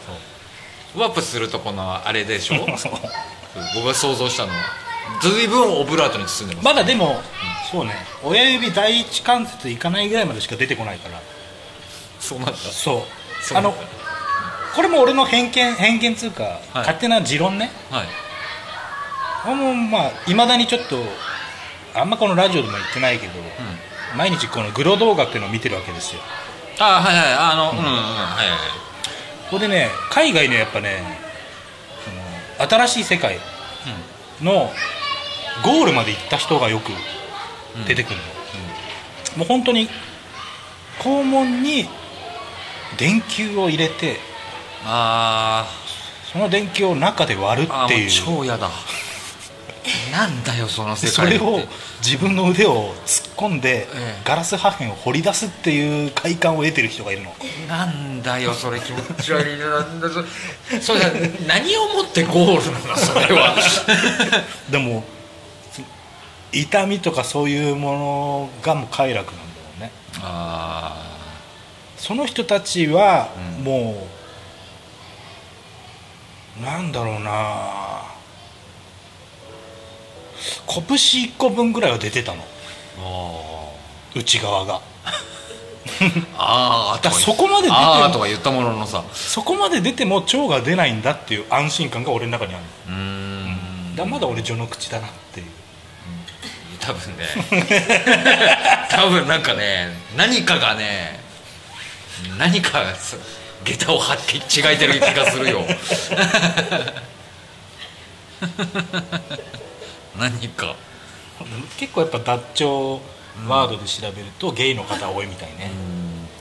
Speaker 3: ワープするとこのあれでしょ僕が想像したのは随分オブラートに包んでます
Speaker 1: まだでも、そうね親指第一関節いかないぐらいまでしか出てこないから
Speaker 3: そうなんだ
Speaker 1: そう
Speaker 3: そう
Speaker 1: あのこれも俺の偏見偏見つうか、勝手な持論ね
Speaker 3: はい
Speaker 1: あもうまあいまだにちょっとあんまこのラジオでも言ってないけど、
Speaker 3: うん
Speaker 1: 毎日このグロ動画っていうのを見てるわけですよ
Speaker 3: あはいはいあのうんうんはいはい
Speaker 1: ここでね海外のやっぱねその新しい世界のゴールまで行った人がよく
Speaker 3: うん
Speaker 1: 出てくるの、もう本当に肛門に電球を入れて
Speaker 3: あ
Speaker 1: その電球を中で割る
Speaker 3: ーあー
Speaker 1: って
Speaker 3: も
Speaker 1: いうう
Speaker 3: 超 嫌だなんだよその世
Speaker 1: そ
Speaker 3: 界って
Speaker 1: れを自分の腕を突っ込んで、
Speaker 3: ええ
Speaker 1: ガラス破片を掘り出すっていう快感を得てる人がいるの
Speaker 3: なんだよそれ気持ち悪いななんだそそれ何をもってゴールなのそれは
Speaker 1: でもそ痛みとかそういうものがもう快楽なんだろうね
Speaker 3: あ
Speaker 1: その人たちは
Speaker 3: うん
Speaker 1: もう、なんだろうな拳1個分ぐらいは出てたの
Speaker 3: ーあ
Speaker 1: 内側が
Speaker 3: ーあー
Speaker 1: だからそこまで出てる
Speaker 3: あーとか言ったもののさ
Speaker 1: そこまで出ても腸が出ないんだっていう安心感が俺の中にある
Speaker 3: うーん
Speaker 1: だからまだ俺序の口だなっていう
Speaker 3: 多分ね多分なんかね何かがね何かがす下駄を履き違えてる気がするよ何か
Speaker 1: 結構やっぱ脱腸ワードで調べるとゲイの方多いみたいね、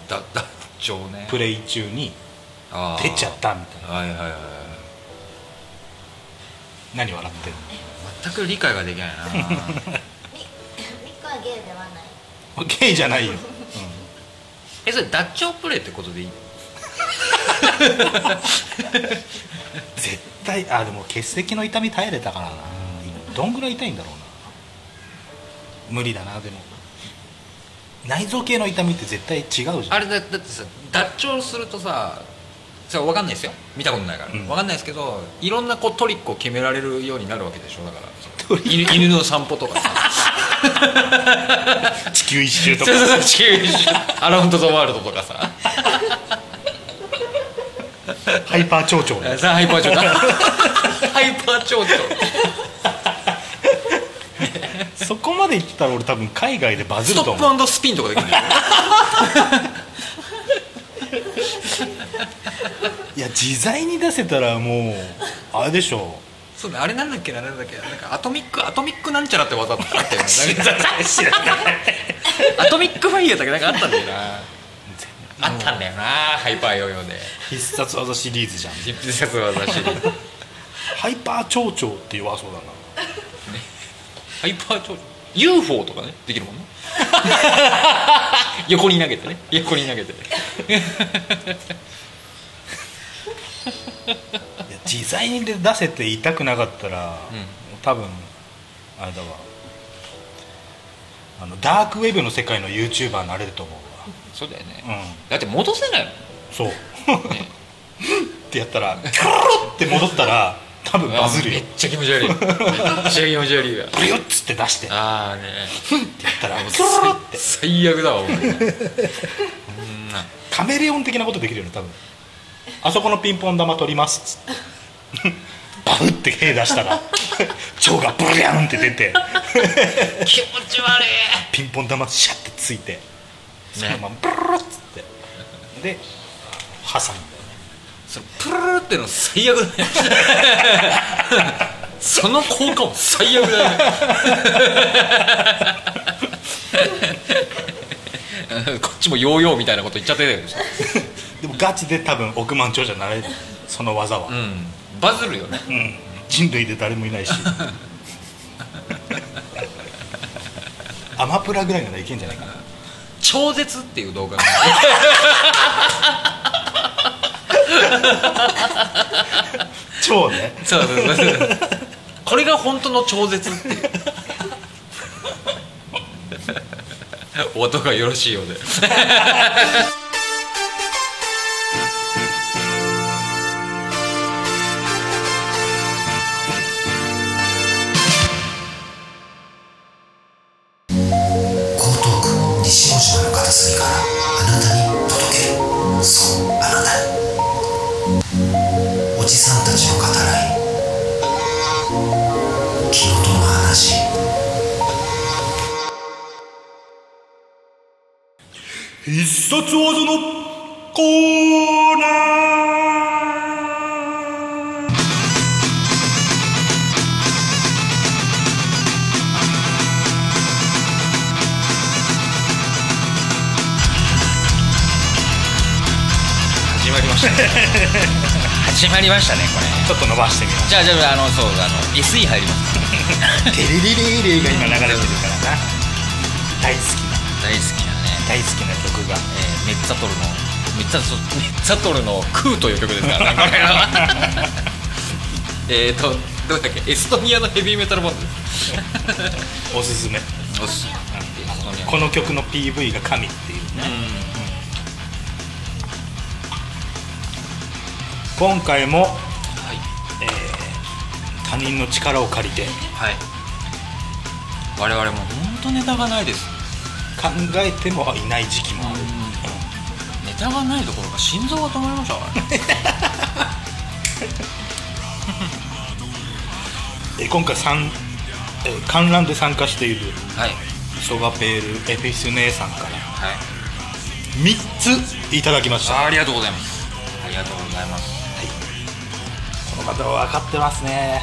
Speaker 3: だだちょうね
Speaker 1: プレイ中に
Speaker 3: あー
Speaker 1: 出ちゃったみたいな
Speaker 3: はいはいはい
Speaker 1: 何笑ってんの
Speaker 3: 全く理解ができないな
Speaker 2: みみっ こはゲイではない
Speaker 1: これゲイじゃないよ
Speaker 3: えそれダッチョウプレイってことでいい
Speaker 1: 絶対あでも結石の痛み耐えれたからなどんぐらい痛いんだろうな無理だなでも内臓系の痛みって絶対違うじゃん
Speaker 3: あれだだってさ脱腸するとさそれ分かんないですよ見たことないから、
Speaker 1: うん
Speaker 3: 分かんないですけどいろんなこうトリックを決められるようになるわけでしょだから犬犬の散歩とかさ
Speaker 1: 地球一周と か
Speaker 3: そうそうそう地球一周アラウンド・ザ・ワールドと かさ
Speaker 1: ハイパー蝶々
Speaker 3: さハイパー長 だハイパー長と
Speaker 1: そこまでいったら俺多分海外でバズ
Speaker 3: スト
Speaker 1: ると思う
Speaker 3: ップスピンとかできるんだよ
Speaker 1: いや自在に出せたらもうあれでしょ
Speaker 3: そうねあれなんだっけななんだっけななんかアトミックアトミックなんちゃらって技ってあったよねアトミックファイヤーだけなんかあったんだよな あったんだよなハイパーヨーヨー で
Speaker 1: 必殺技シリーズじゃん
Speaker 3: 実費説は私
Speaker 1: ハイパー蝶々っていう技だな
Speaker 3: ハイパー超 UFO とかねできる もんね横に投げてね横に投げて
Speaker 1: いや自在に出せて痛くなかったら、
Speaker 3: う
Speaker 1: 多分あれだわあのダークウェブの世界の YouTuber になれると思う
Speaker 3: そうだよね、
Speaker 1: わうん
Speaker 3: だって戻せないもん
Speaker 1: そう ってやったらキョロロって戻ったら多分バズる
Speaker 3: め
Speaker 1: よ
Speaker 3: っちゃ気持ち悪いめっちゃ気持ち悪いわ
Speaker 1: ブリュッつって出してや
Speaker 3: ああね
Speaker 1: ったらキョロロって
Speaker 3: 最悪だわ俺うんな
Speaker 1: カメレオン的なことできるよね多分あそこのピンポン玉取りますっつってバフって手出したら蝶がブリャンって出て
Speaker 3: 気持ち悪い
Speaker 1: ピンポン玉シャッてついて、そのままブルルルっつってで挟ん
Speaker 3: そのプルルルっての最悪だねその効果も最悪だねこっちもヨーヨーみたいなこと言っちゃってたよ
Speaker 1: ででもガチで多分億万長者になれるその技は、
Speaker 3: う
Speaker 1: うん
Speaker 3: んバズるよね
Speaker 1: 人類で誰もいないしアマプラぐらいならいけんじゃないかな
Speaker 3: 超絶っていう動画が
Speaker 1: 超ね
Speaker 3: そうそうそうそうこれが本当の超絶っていうお音がよろしいようで
Speaker 4: 江東区西大島の片隅からあなたに届ける
Speaker 1: 必殺技のコーナー
Speaker 3: 始まりましたね始まりましたねこれ
Speaker 1: ちょっと伸ばしてみま
Speaker 3: じゃあじゃああのそうあの SE 入ります
Speaker 1: すテレレレレが今流れてるからな大好きな
Speaker 3: 大好きなね、
Speaker 1: 大好きな曲が
Speaker 3: えー、メッツァトルのメッツァトルメッツァトルの「クー」という曲です からねこれは えっとどうだっけエストニアのヘビーメタルバンドです
Speaker 1: おすすめ
Speaker 3: よしエストニア
Speaker 1: この曲の PV が神っていうね今回も、
Speaker 3: はい
Speaker 1: えー他人の力を借りて
Speaker 3: はい我々も本当ネタがないです
Speaker 1: 考えてもいない時期もある、
Speaker 3: ネタがないどころか心臓が止まりま したからね
Speaker 1: えー今回参、えー観覧で参加している
Speaker 3: はい
Speaker 1: ソガペールエフィス姉さんから
Speaker 3: はい
Speaker 1: 3ついただきました
Speaker 3: ありがとうございますありがとうございます
Speaker 1: この方は分かってますね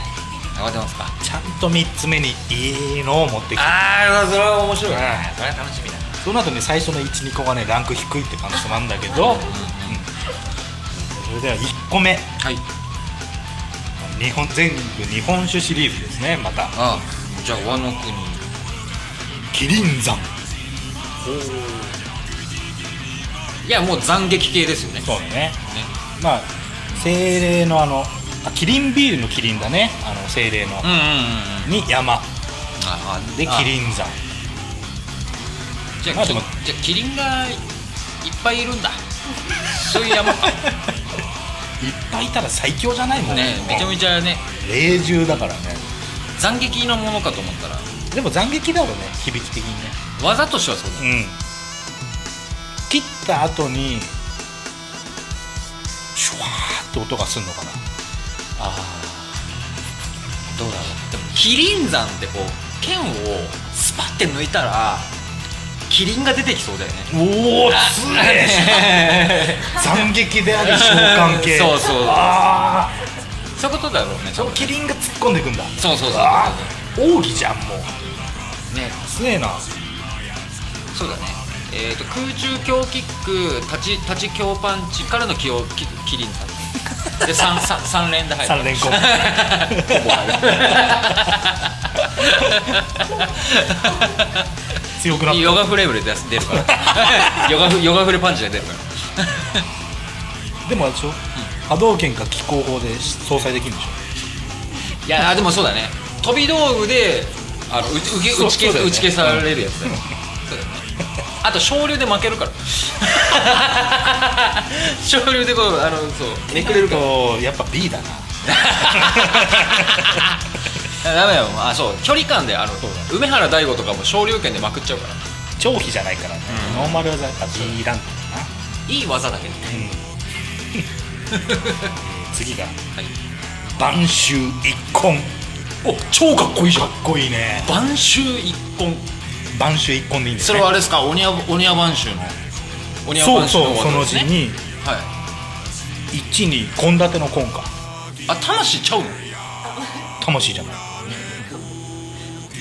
Speaker 3: 上がってますか
Speaker 1: ちゃんと3つ目にいいのを持ってきて
Speaker 3: ああそれは面白いねそれは楽しみだ
Speaker 1: その後ね最初の12個がねランク低いって感じなんだけど、うんそれでは1個目
Speaker 3: はい
Speaker 1: 日本全部日本酒シリーズですねまた
Speaker 3: あじゃあ和の国
Speaker 1: 麒麟山
Speaker 3: いやもう斬撃系ですよね
Speaker 1: そうね
Speaker 3: ね
Speaker 1: まあ精霊のあのあキリンビールのキリンだねあの精霊
Speaker 3: うん、うん
Speaker 1: の
Speaker 3: うんうん
Speaker 1: に山
Speaker 3: ああ
Speaker 1: で
Speaker 3: あ
Speaker 1: 麒麟山
Speaker 3: じゃあ,、
Speaker 1: まあ
Speaker 3: き
Speaker 1: でも
Speaker 3: じゃあキリンがいっぱいいる んだそういう山かね
Speaker 1: いっぱいいたら最強じゃないもん
Speaker 3: めちゃめちゃね
Speaker 1: 霊獣だからね
Speaker 3: 斬撃のものかと思ったら
Speaker 1: でも斬撃だろうね響き的にね
Speaker 3: 技としてはそうだ
Speaker 1: うん切った後にシュワーって音がするのかな
Speaker 3: あどうだろうでもキリン山ってこう剣をスパッて抜いたらキリンが出てきそうだよね
Speaker 1: おお 強 え斬撃である召喚系
Speaker 3: そうそう
Speaker 1: ああ
Speaker 3: そういうことだろうね
Speaker 1: そのキリンが突っ込んでいくんだ
Speaker 3: そうそうそうそう
Speaker 1: ああ奥義じゃんもう
Speaker 3: ね
Speaker 1: すげえな
Speaker 3: そうだねえー、と空中強キック立ち立ち強パンチからのキオキキリンさん で三三三連で入る
Speaker 1: 三連 コンボ強くなっ た
Speaker 3: ヨガフレームで出す出るから ヨガフヨガフレパンチで出るから
Speaker 1: でもあれでしょ波動拳か気候法で相殺できるんでしょ
Speaker 3: いやあでもそうだね飛び道具であのうち受け
Speaker 1: そう
Speaker 3: 打ち消
Speaker 1: そうだ
Speaker 3: さ
Speaker 1: よね
Speaker 3: 打ち消されるやつだよねそうだよねあと昇竜で負け るから昇竜でこうあのそう
Speaker 1: めくれるとやっぱ B だな
Speaker 3: あダメだよあそう距離感であの梅原大悟とかも昇竜拳でまくっちゃうから
Speaker 1: 長飛じゃないからね、ノーマルはやっぱ B ランクだない
Speaker 3: い技だけどね、
Speaker 1: 次が
Speaker 3: はい、
Speaker 1: 晩秋一根
Speaker 3: お超かっこいいじゃ
Speaker 1: か
Speaker 3: ん
Speaker 1: っこいいね
Speaker 3: 晩秋一根
Speaker 1: 晩秋一根でいいんです
Speaker 3: そ
Speaker 1: ね
Speaker 3: れはあれですかおにゃおにゃ晩秋のおにゃ
Speaker 1: そう
Speaker 3: 晩秋
Speaker 1: そう
Speaker 3: 技
Speaker 1: その
Speaker 3: で
Speaker 1: 字
Speaker 3: すね
Speaker 1: に
Speaker 3: はい
Speaker 1: 1に献立の根か
Speaker 3: あ魂ちゃうの
Speaker 1: 魂じゃない、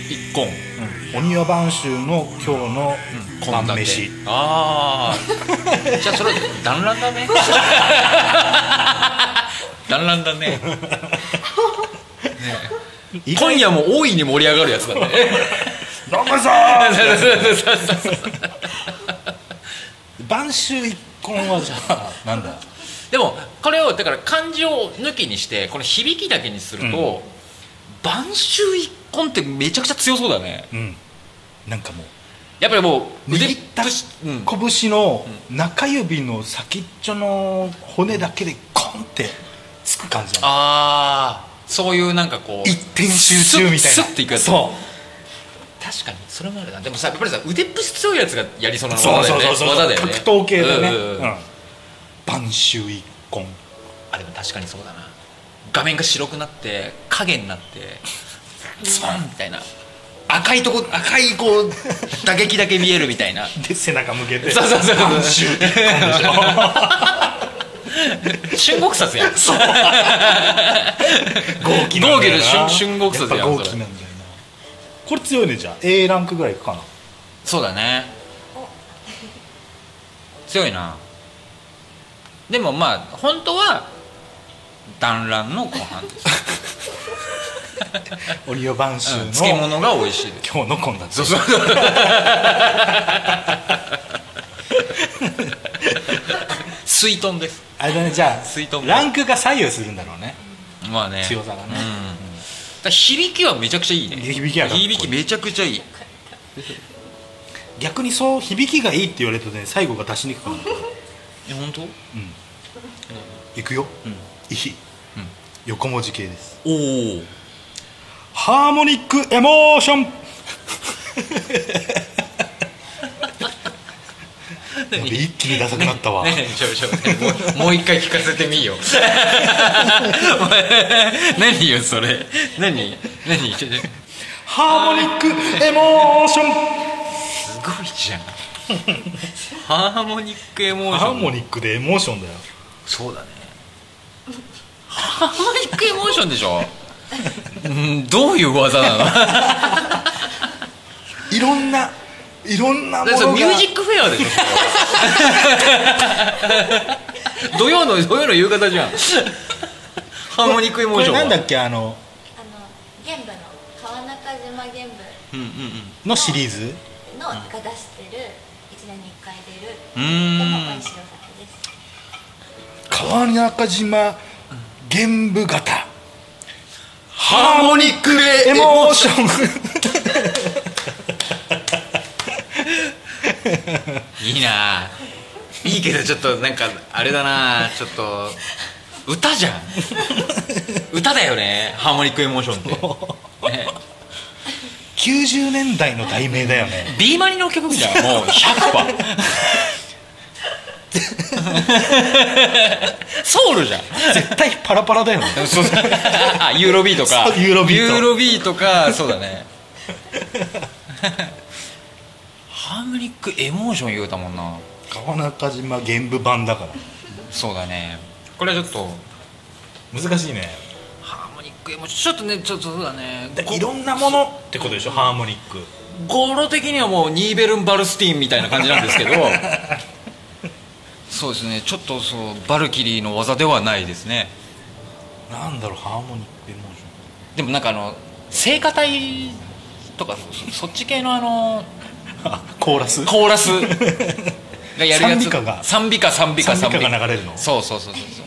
Speaker 3: 一根
Speaker 1: お庭晩秋の今日の晩飯、
Speaker 3: ああ じゃあそれ団らんだ ね団らんだね
Speaker 1: 意外
Speaker 3: 今夜も大いに盛り上がるやつだね
Speaker 1: 飲むぞー
Speaker 3: そうそうそうそう
Speaker 1: 晩秋一根はじゃあなんだ
Speaker 3: でもこれをだから漢字を抜きにしてこの響きだけにすると「晩秋一根」ってめちゃくちゃ強そうだね
Speaker 1: うんなんかもう
Speaker 3: やっぱりもう
Speaker 1: 握っ
Speaker 3: ぶし、うん、
Speaker 1: た拳の中指の先っちょの骨だけでコンってつく感じだね
Speaker 3: ああそういうなんかこう
Speaker 1: 一点集中みたい
Speaker 3: ス
Speaker 1: な
Speaker 3: ッスッていくやつ
Speaker 1: そ
Speaker 3: 確かにそれもあるなでもさやっぱりさ腕っぷし強いやつがやりそうな
Speaker 1: うそう
Speaker 3: 技だよ
Speaker 1: そう
Speaker 3: ね
Speaker 1: そうそう
Speaker 3: 技だよね
Speaker 1: 格闘系だね
Speaker 3: うんうんうん
Speaker 1: うん晩秋一根
Speaker 3: あでも確かにそうだな画面が白くなって影になってズボンみたいな赤いとこ赤いこう打撃だけ見えるみたいな
Speaker 1: で背中向けて
Speaker 3: そうそうそう
Speaker 1: パンチュ一本でしょ
Speaker 3: 春国殺やん
Speaker 1: そう豪気なんだ
Speaker 3: 豪気
Speaker 1: よな
Speaker 3: で春春国
Speaker 1: やっ
Speaker 3: 卒
Speaker 1: ぱ
Speaker 3: やん
Speaker 1: 豪気なんだよなこれ強いねじゃあ A ランクぐらいいくかな
Speaker 3: そうだね強いなでもまあ本当は団らんのご飯です
Speaker 1: オリオ晩秋の
Speaker 3: 漬物が美味しいです
Speaker 1: 今日の献立
Speaker 3: そうそう水豚です
Speaker 1: あれだねじゃ
Speaker 3: 水筒
Speaker 1: あ
Speaker 3: も
Speaker 1: ランクが左右するんだろうね
Speaker 3: まあね
Speaker 1: 強さが
Speaker 3: う
Speaker 1: ね
Speaker 3: んだから響きはめちゃくちゃいいね
Speaker 1: 響きはかっこいい
Speaker 3: 響きめちゃくちゃいい
Speaker 1: 逆にそう響きがいいって言われるとね最後が出しにくくなる
Speaker 3: え本当
Speaker 1: いくよ、
Speaker 3: うん
Speaker 1: いひ
Speaker 3: うん
Speaker 1: 横文字系です
Speaker 3: おお
Speaker 1: ハーモニックエモーシ ョンなんか一気にダサくなったわ、
Speaker 3: ねえちょちょもうもう一回聞かせてみよう 何よそれ何何ちょちょ
Speaker 1: ハーモニックエモーション
Speaker 3: すごいじゃんハーモニックエモーシ
Speaker 1: ハ
Speaker 3: ョ
Speaker 1: ー
Speaker 3: ン
Speaker 1: モニックでエモーションだよ
Speaker 3: そうだねハーモニックエモーションでし ょうんどういう技なの
Speaker 1: いろんないろんなも
Speaker 3: だ
Speaker 1: の
Speaker 3: って それ
Speaker 1: が
Speaker 3: ミュージックフェアでしょ それ土曜の土曜の夕方じゃんハーモニックエモーション
Speaker 1: こ
Speaker 3: は
Speaker 1: れなんだっけあの
Speaker 2: あの玄武の川中島玄武
Speaker 3: うんうん
Speaker 1: のシリーズ
Speaker 2: のが出してる1年に1回出る
Speaker 3: う
Speaker 2: でも
Speaker 3: ん
Speaker 2: 美
Speaker 3: うーん
Speaker 2: 味しいお酒です
Speaker 1: 川中島玄武型
Speaker 3: ハーモニック
Speaker 1: エ
Speaker 3: エ
Speaker 1: モーシ ョン
Speaker 3: いいなあいいけどちょっとなんかあれだなあちょっと歌じゃん歌だよねハーモニックエモーションって、ね、
Speaker 1: 90年代の題名だよね
Speaker 3: B マニの曲じゃんもう100%ソウルじゃん
Speaker 1: 絶対パラパラだよね
Speaker 3: あユーロビートか
Speaker 1: そうユーロビート
Speaker 3: ユーロビートかそうだねハーモニックエモーション言うたもんな
Speaker 1: 川中島玄武版だから
Speaker 3: そうだねこれはちょっと
Speaker 1: 難しいね
Speaker 3: ハーモニックエモーションちょっとねちょっとそうだね
Speaker 1: で
Speaker 3: ご
Speaker 1: いろんなものってことでしょハーモニック
Speaker 3: 語呂的にはもうニーベルン・バルスティーンみたいな感じなん ですけどそうですねちょっとそうバルキリーの技ではないですね
Speaker 1: なんだろうハーモニックエモーシ
Speaker 3: でもなんかあの聖歌隊とかそそっち系のあの
Speaker 1: ョンあ コーラス
Speaker 3: コーラスがやるやつ
Speaker 1: 賛美歌が
Speaker 3: 賛美歌賛美歌
Speaker 1: 賛美歌が流れるの
Speaker 3: そうそうそうそうそう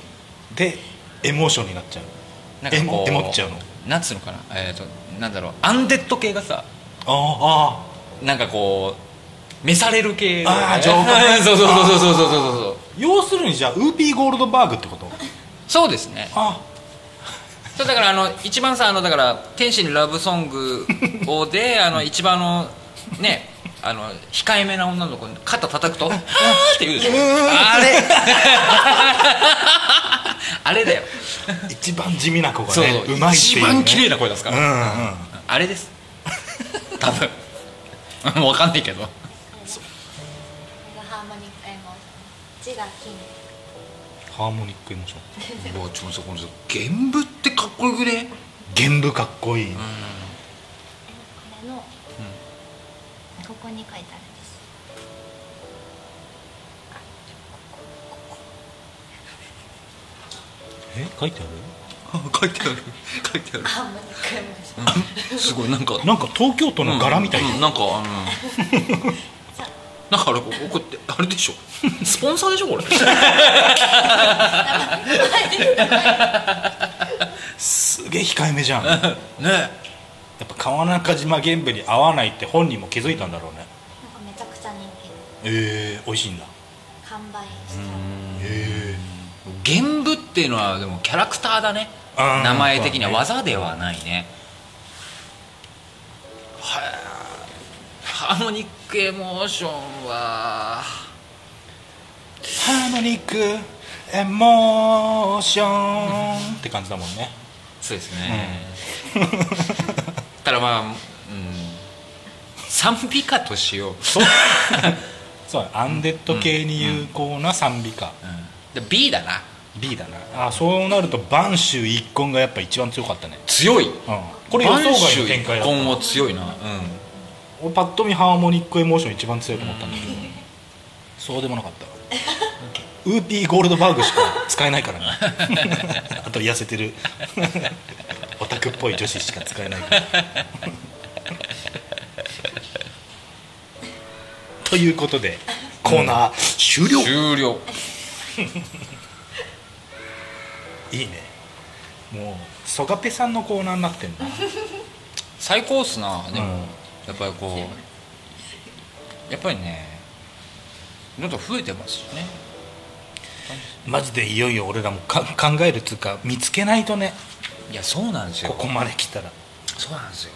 Speaker 1: でエモーションになっちゃう
Speaker 3: なんかこう
Speaker 1: エモエモっちゃうの
Speaker 3: なんつうのかなえっ、となんだろうアンデッド系がさ
Speaker 1: ああ
Speaker 3: なんかこう召される系だよね
Speaker 1: あー情報
Speaker 3: そうそうそうそうそうそうそうそう
Speaker 1: 要するにじゃあウーピーゴールドバーグってこと
Speaker 3: そうですね
Speaker 1: あ
Speaker 3: そうだからあの一番さあのだから「天使にラブソングを」で あの一番あのねあの控えめな女の子に肩叩く と「はーって言うでしょあれ あれだよ
Speaker 1: 一番地味な子がね
Speaker 3: そうそう
Speaker 1: まいってい
Speaker 3: 一
Speaker 1: う、ね、
Speaker 3: 番綺麗な声出すから、
Speaker 1: うんうん
Speaker 3: あれです多分 わかんないけど
Speaker 2: これがハーモニックエモーション字が金
Speaker 1: ハーモニックエモーション
Speaker 3: うわちょっとこの玄武ってかっこよくね
Speaker 1: 玄武かっこいい、
Speaker 2: これの、ここに書いてあるんです
Speaker 1: え書いてあ
Speaker 3: 書いてある書いてあ
Speaker 2: ハーモニックエモーション
Speaker 3: るすごいなんか
Speaker 1: るなんか東京都の柄みたいな、
Speaker 3: うんうんなんか あのなんかあれここってあれでしょスポンサーでしょこれ
Speaker 1: すげえ控えめじゃんやっ
Speaker 3: ね
Speaker 1: ぱ川中島玄武に合わないって本人も気づいたんだろうね
Speaker 2: なんかめちゃくちゃ人気で
Speaker 1: ええー、美味しいんだ
Speaker 2: す完売しちゃう
Speaker 1: え
Speaker 3: 玄武っていうのはでもキャラクターだね
Speaker 1: あー
Speaker 3: 名前的には
Speaker 1: そうだ
Speaker 3: 技ではないねはあハーモニックエモーションは
Speaker 1: えハーモニックエモーションって 感じだもんね
Speaker 3: そうですね、ただまあ、うん、賛美歌としよう、
Speaker 1: そうそうアンデッド系に有効な賛美歌、
Speaker 3: で B だな
Speaker 1: B だなあそうなると晩秋一婚がやっぱ一番強かったね、
Speaker 3: 強い
Speaker 1: うん、これ予想外の展開だった
Speaker 3: 晩秋一婚は強いなうん
Speaker 1: 俺パッと見ハーモニックエモーション一番強いと思ったんだけどそうでもなかったウーピーゴールドバーグしか使えないからねあと痩せてる オタクっぽい女子しか使えないからということでコーナー終了、
Speaker 3: 終了
Speaker 1: いいねもうソガペさんのコーナーになってんだ
Speaker 3: 最高っすなでも、
Speaker 1: うん
Speaker 3: やっぱりこうやっぱりねどんどん増えてますしね
Speaker 1: マジでいよいよ俺らもか考えるつうか見つけないとね
Speaker 3: いやそうなんですよ
Speaker 1: ここまで来たら
Speaker 3: そうなんですよ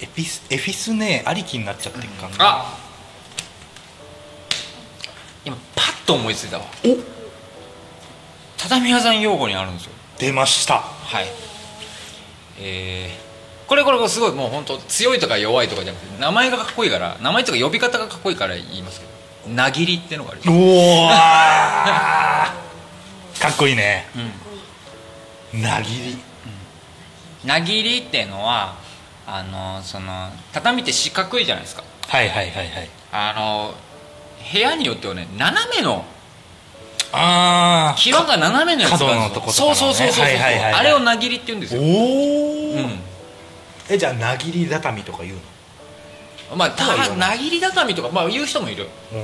Speaker 1: エピスエフィスねありきになっちゃってる感じ、
Speaker 3: あ今パッと思いついたわ
Speaker 1: お
Speaker 3: 畳屋さん用語にあるんですよ
Speaker 1: 出ました
Speaker 3: はいえー、これこれこれすごいもう本当強いとか弱いとかじゃなくて名前がかっこいいから名前とか呼び方がかっこいいから言いますけどなぎりってのがある
Speaker 1: うわー かっこいいねなぎり
Speaker 3: なぎりっていうのはあのその畳って四角いじゃないですか
Speaker 1: はいはいはいはい
Speaker 3: あの部屋によってはね斜めの
Speaker 1: ああ
Speaker 3: 際が斜めのやつがあるんですよ
Speaker 1: 角のとことかの
Speaker 3: そう
Speaker 1: ね
Speaker 3: そうそうそうそう
Speaker 1: はいはいはいはい
Speaker 3: あれをなぎりって言うんです
Speaker 1: お
Speaker 3: よ、
Speaker 1: お、
Speaker 3: う、
Speaker 1: えじゃあなぎり畳とか言うん
Speaker 3: まあ
Speaker 1: そうだ
Speaker 3: た
Speaker 1: よね
Speaker 3: なぎり畳とか、まあ、言う人もいる
Speaker 1: の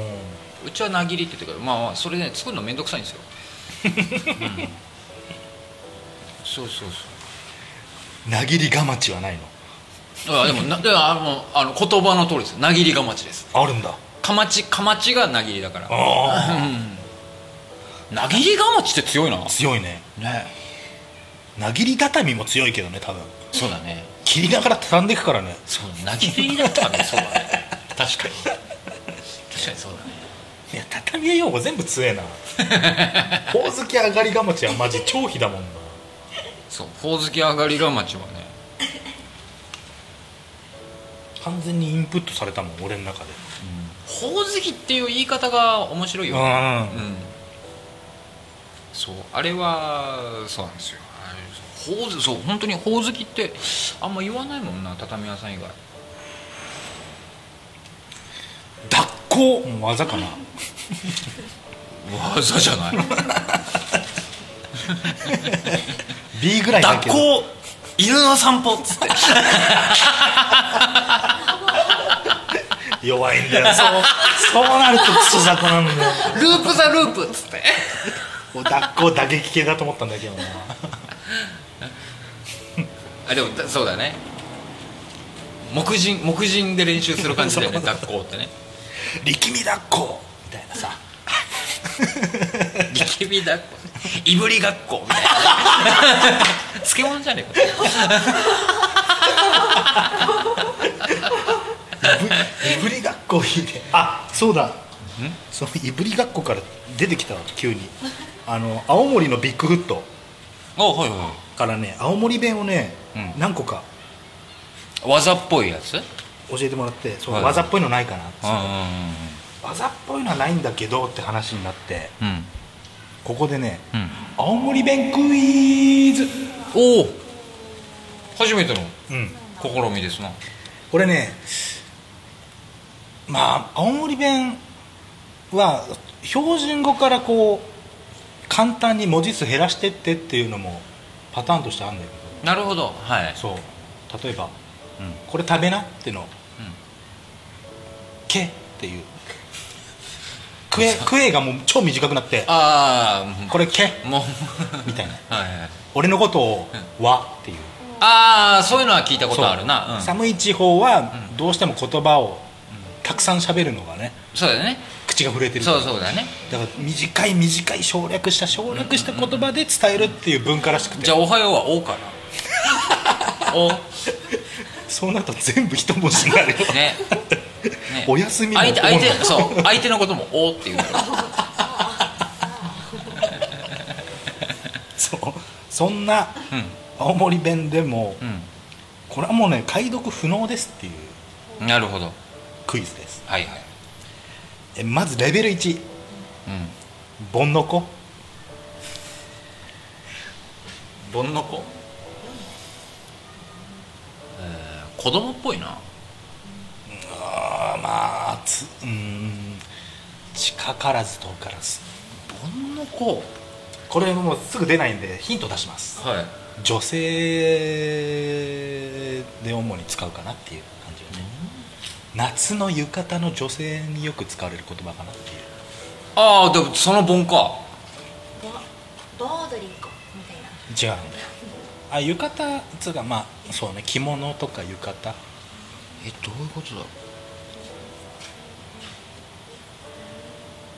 Speaker 3: うちはなぎりって言ってるけど、まあまあ、それね作るの面倒くさいんですよ、うんそうそうそ
Speaker 1: なぎりがまちはないの
Speaker 3: うあでもなであのあの言葉の通りですなぎりがまちです
Speaker 1: あるんだ
Speaker 3: かまちかまちがなぎりだから
Speaker 1: あ
Speaker 3: うんなぎりがまちって強いな
Speaker 1: ー強いね
Speaker 3: ね
Speaker 1: なぎり畳も強いけどね多分
Speaker 3: そうだね
Speaker 1: 切りながら畳んでいくからね
Speaker 3: そうなぎりだったねそうだね確かに確かにそうだね
Speaker 1: いや畳用語全部強え なほおずき上がりがまちはマジ超飛だもんな
Speaker 3: そうほおずき上がりがまちはね
Speaker 1: 完全にインプットされたもん俺の中で
Speaker 3: ほおずきっていう言い方が面白いよね
Speaker 1: ん
Speaker 3: うんそうあれはそうなんですよあれほおずそう本当にほおずきってあんま言わないもんな畳屋さん以外
Speaker 1: 脱行も技かな
Speaker 3: 技じゃ ない
Speaker 1: B ぐらいだけ
Speaker 3: 脱
Speaker 1: ど
Speaker 3: 行犬の散歩っつって
Speaker 1: 弱いんだよそうそうなるとクソ雑魚なんだよ
Speaker 3: ループザループっつって
Speaker 1: こう脱行打撃系だと思ったんだけどな
Speaker 3: あでもだそうだね黙人黙人で練習する感じだよ ね脱行ってね
Speaker 1: 力み脱行みたいなさ
Speaker 3: 力み脱行いぶり学校みたいな 漬物じゃねえか
Speaker 1: いぶり学校いいねあそうだそのいぶり学校から出てきたわ急にあの青森のビッグフット
Speaker 3: あはいは
Speaker 1: からね青森弁をね、
Speaker 3: うん
Speaker 1: 何個か
Speaker 3: い技っぽいやつうん
Speaker 1: 教えてもらってそう、
Speaker 3: はい
Speaker 1: 技っぽいのないかなっ
Speaker 3: う
Speaker 1: て
Speaker 3: ん
Speaker 1: 技っぽいのはないんだけどって話になって
Speaker 3: うん
Speaker 1: ここでね、
Speaker 3: うん
Speaker 1: 青森弁クイズ
Speaker 3: おお初めての
Speaker 1: うん
Speaker 3: 試みですな
Speaker 1: これねまあ青森弁は標準語からこう簡単に文字数減らしてってっていうのもパターンとしてあるんだけ
Speaker 3: なるほどはい
Speaker 1: どそう例えば
Speaker 3: うんうん
Speaker 1: 「これ食べな」っての「け」っていう「くえ」「くえ」がもう超短くなって
Speaker 3: あ
Speaker 1: 「
Speaker 3: あ
Speaker 1: これけ
Speaker 3: もう」
Speaker 1: みたいな
Speaker 3: はいはい
Speaker 1: 俺のことを「わ」っていう
Speaker 3: ああそういうのは聞いたことあるなうん
Speaker 1: 寒い地方はどうしても言葉をたくさん喋るのがね
Speaker 3: そうだよね
Speaker 1: 口が震えてるから
Speaker 3: そうそうだね
Speaker 1: だから短い短い省略した省略した言葉で伝えるっていう文化らしくて
Speaker 3: じゃあ「おはよう」は「お」かな お
Speaker 1: そうなると全部一文字になるよ
Speaker 3: ねね
Speaker 1: お休みも
Speaker 3: 相手
Speaker 1: おな
Speaker 3: 相手そう相手のことも「お」っていう
Speaker 1: そうそんな
Speaker 3: うん
Speaker 1: 青森弁でも
Speaker 3: うん
Speaker 1: ここれはもうね解読不能ですっていう
Speaker 3: なるほど
Speaker 1: クイズです
Speaker 3: はいはい
Speaker 1: えまずレベル1
Speaker 3: うん
Speaker 1: 盆の子
Speaker 3: 盆の子えー子供っぽいな
Speaker 1: あーまあつうーん近からず遠からず
Speaker 3: 盆の子
Speaker 1: これもうすぐ出ないんでヒント出します
Speaker 3: はい
Speaker 1: 女性で主に使うかなっていう感じよね夏の浴衣の女性によく使われる言葉かなっていう
Speaker 3: ああでもその盆か
Speaker 2: どどうドリンコみたいな
Speaker 1: 違うんだよあ浴衣つうかまあそうね着物とか浴衣
Speaker 3: えどういうことだ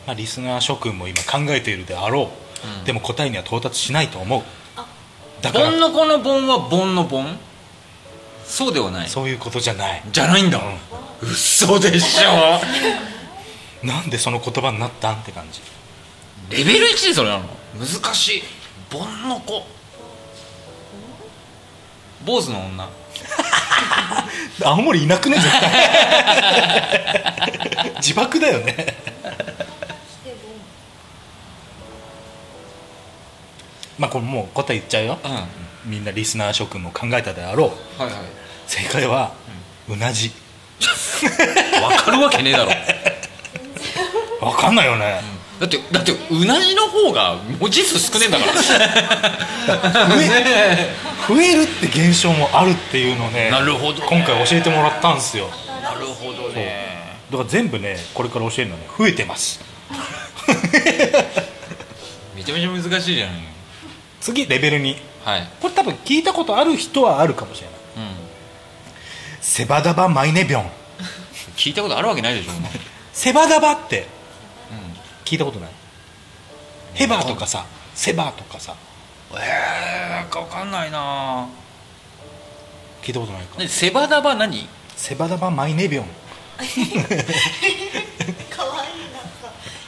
Speaker 1: まあ、リスナー諸君も今考えているであろ
Speaker 3: う
Speaker 1: う、
Speaker 3: ん
Speaker 1: でも答えには到達しないと思う
Speaker 2: あ
Speaker 1: だから
Speaker 3: 盆の子の盆は盆の盆そうではない
Speaker 1: そういうことじゃない
Speaker 3: じゃないんだ嘘でしょ
Speaker 1: なんでその言葉になったんって感じ
Speaker 3: レベル1でそれなの難しい盆の子坊主の女
Speaker 1: 青森いなくね絶対自爆だよね
Speaker 2: でボン
Speaker 1: まあこれもう答え言っちゃうよ
Speaker 3: うんはい
Speaker 1: みんなリスナー諸君も考えたであろう
Speaker 3: はい
Speaker 1: 正解は、うなじ
Speaker 3: 分かるわけねえだろ
Speaker 1: わかんないよね、
Speaker 3: だってだってうなじの方が文字数少ねえんだから
Speaker 1: 増え増えるって現象もあるっていうのを ね
Speaker 3: なるほど
Speaker 1: 今回教えてもらったんですよ
Speaker 3: なるほどね
Speaker 1: だから全部ねこれから教えるのはね増えてます
Speaker 3: めちゃめちゃ難しいじゃん
Speaker 1: 次レベル2
Speaker 3: はい
Speaker 1: これ多分聞いたことある人はあるかもしれない
Speaker 3: うん
Speaker 1: セバダバマイネビョン
Speaker 3: 聞いたことあるわけないでしょお前
Speaker 1: セバダバって
Speaker 3: うん
Speaker 1: 聞いたことないヘバーとかさセバーとかさ
Speaker 3: えー、なんかわかんないな
Speaker 1: 聞いたことないか
Speaker 3: ねセバダバ何
Speaker 1: セバダバマイネビョン
Speaker 2: かわいいなんか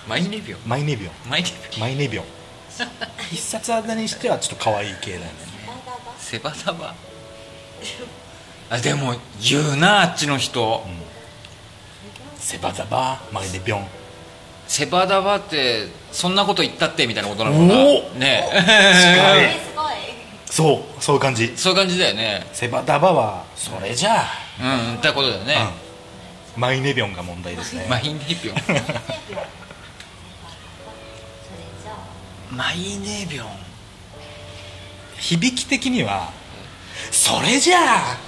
Speaker 3: マイネビオ
Speaker 1: マイネビョン
Speaker 3: マイネビオ
Speaker 1: マイネ ビョン必殺技にしてはちょっと可愛い系だよね
Speaker 2: バダバ
Speaker 3: セバダバあでも言うなあっちの人、
Speaker 1: セバダバマイネビョン
Speaker 3: セバダバってそんなこと言ったってみたいなことなのかな
Speaker 1: おお
Speaker 3: ね
Speaker 1: 近
Speaker 3: え
Speaker 1: い
Speaker 2: すごい
Speaker 1: そうそういう感じ
Speaker 3: そういう感じだよね
Speaker 1: セバダバはそれじゃあ、
Speaker 3: うんってことだよね、
Speaker 1: うんマイネビョンが問題ですね
Speaker 3: マイネビオン
Speaker 2: テープはそれじゃあ
Speaker 3: マイネビオン
Speaker 1: 響き的にはそれじゃあ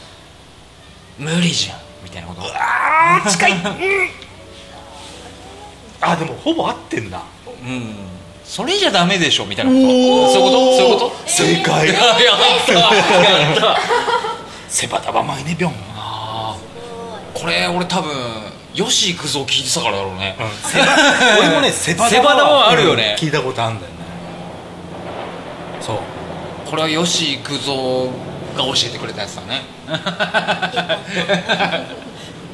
Speaker 3: 無理じゃんみたいなこと
Speaker 1: あー近い、うんあでもほぼ合ってんだ
Speaker 3: うんそれじゃダメでしょみたいなことそういうことそういうこと
Speaker 1: 正 解、
Speaker 3: やったやった
Speaker 1: セバダバマイネビョン、うん
Speaker 3: これ俺多分よし行くぞ聞いてたからだろうね、
Speaker 1: セバ俺もねセバダバ
Speaker 3: セバダバはあるよね
Speaker 1: うん聞いたことあるんだよねそう
Speaker 3: これはよし行くぞが教えてくれたやつだ ね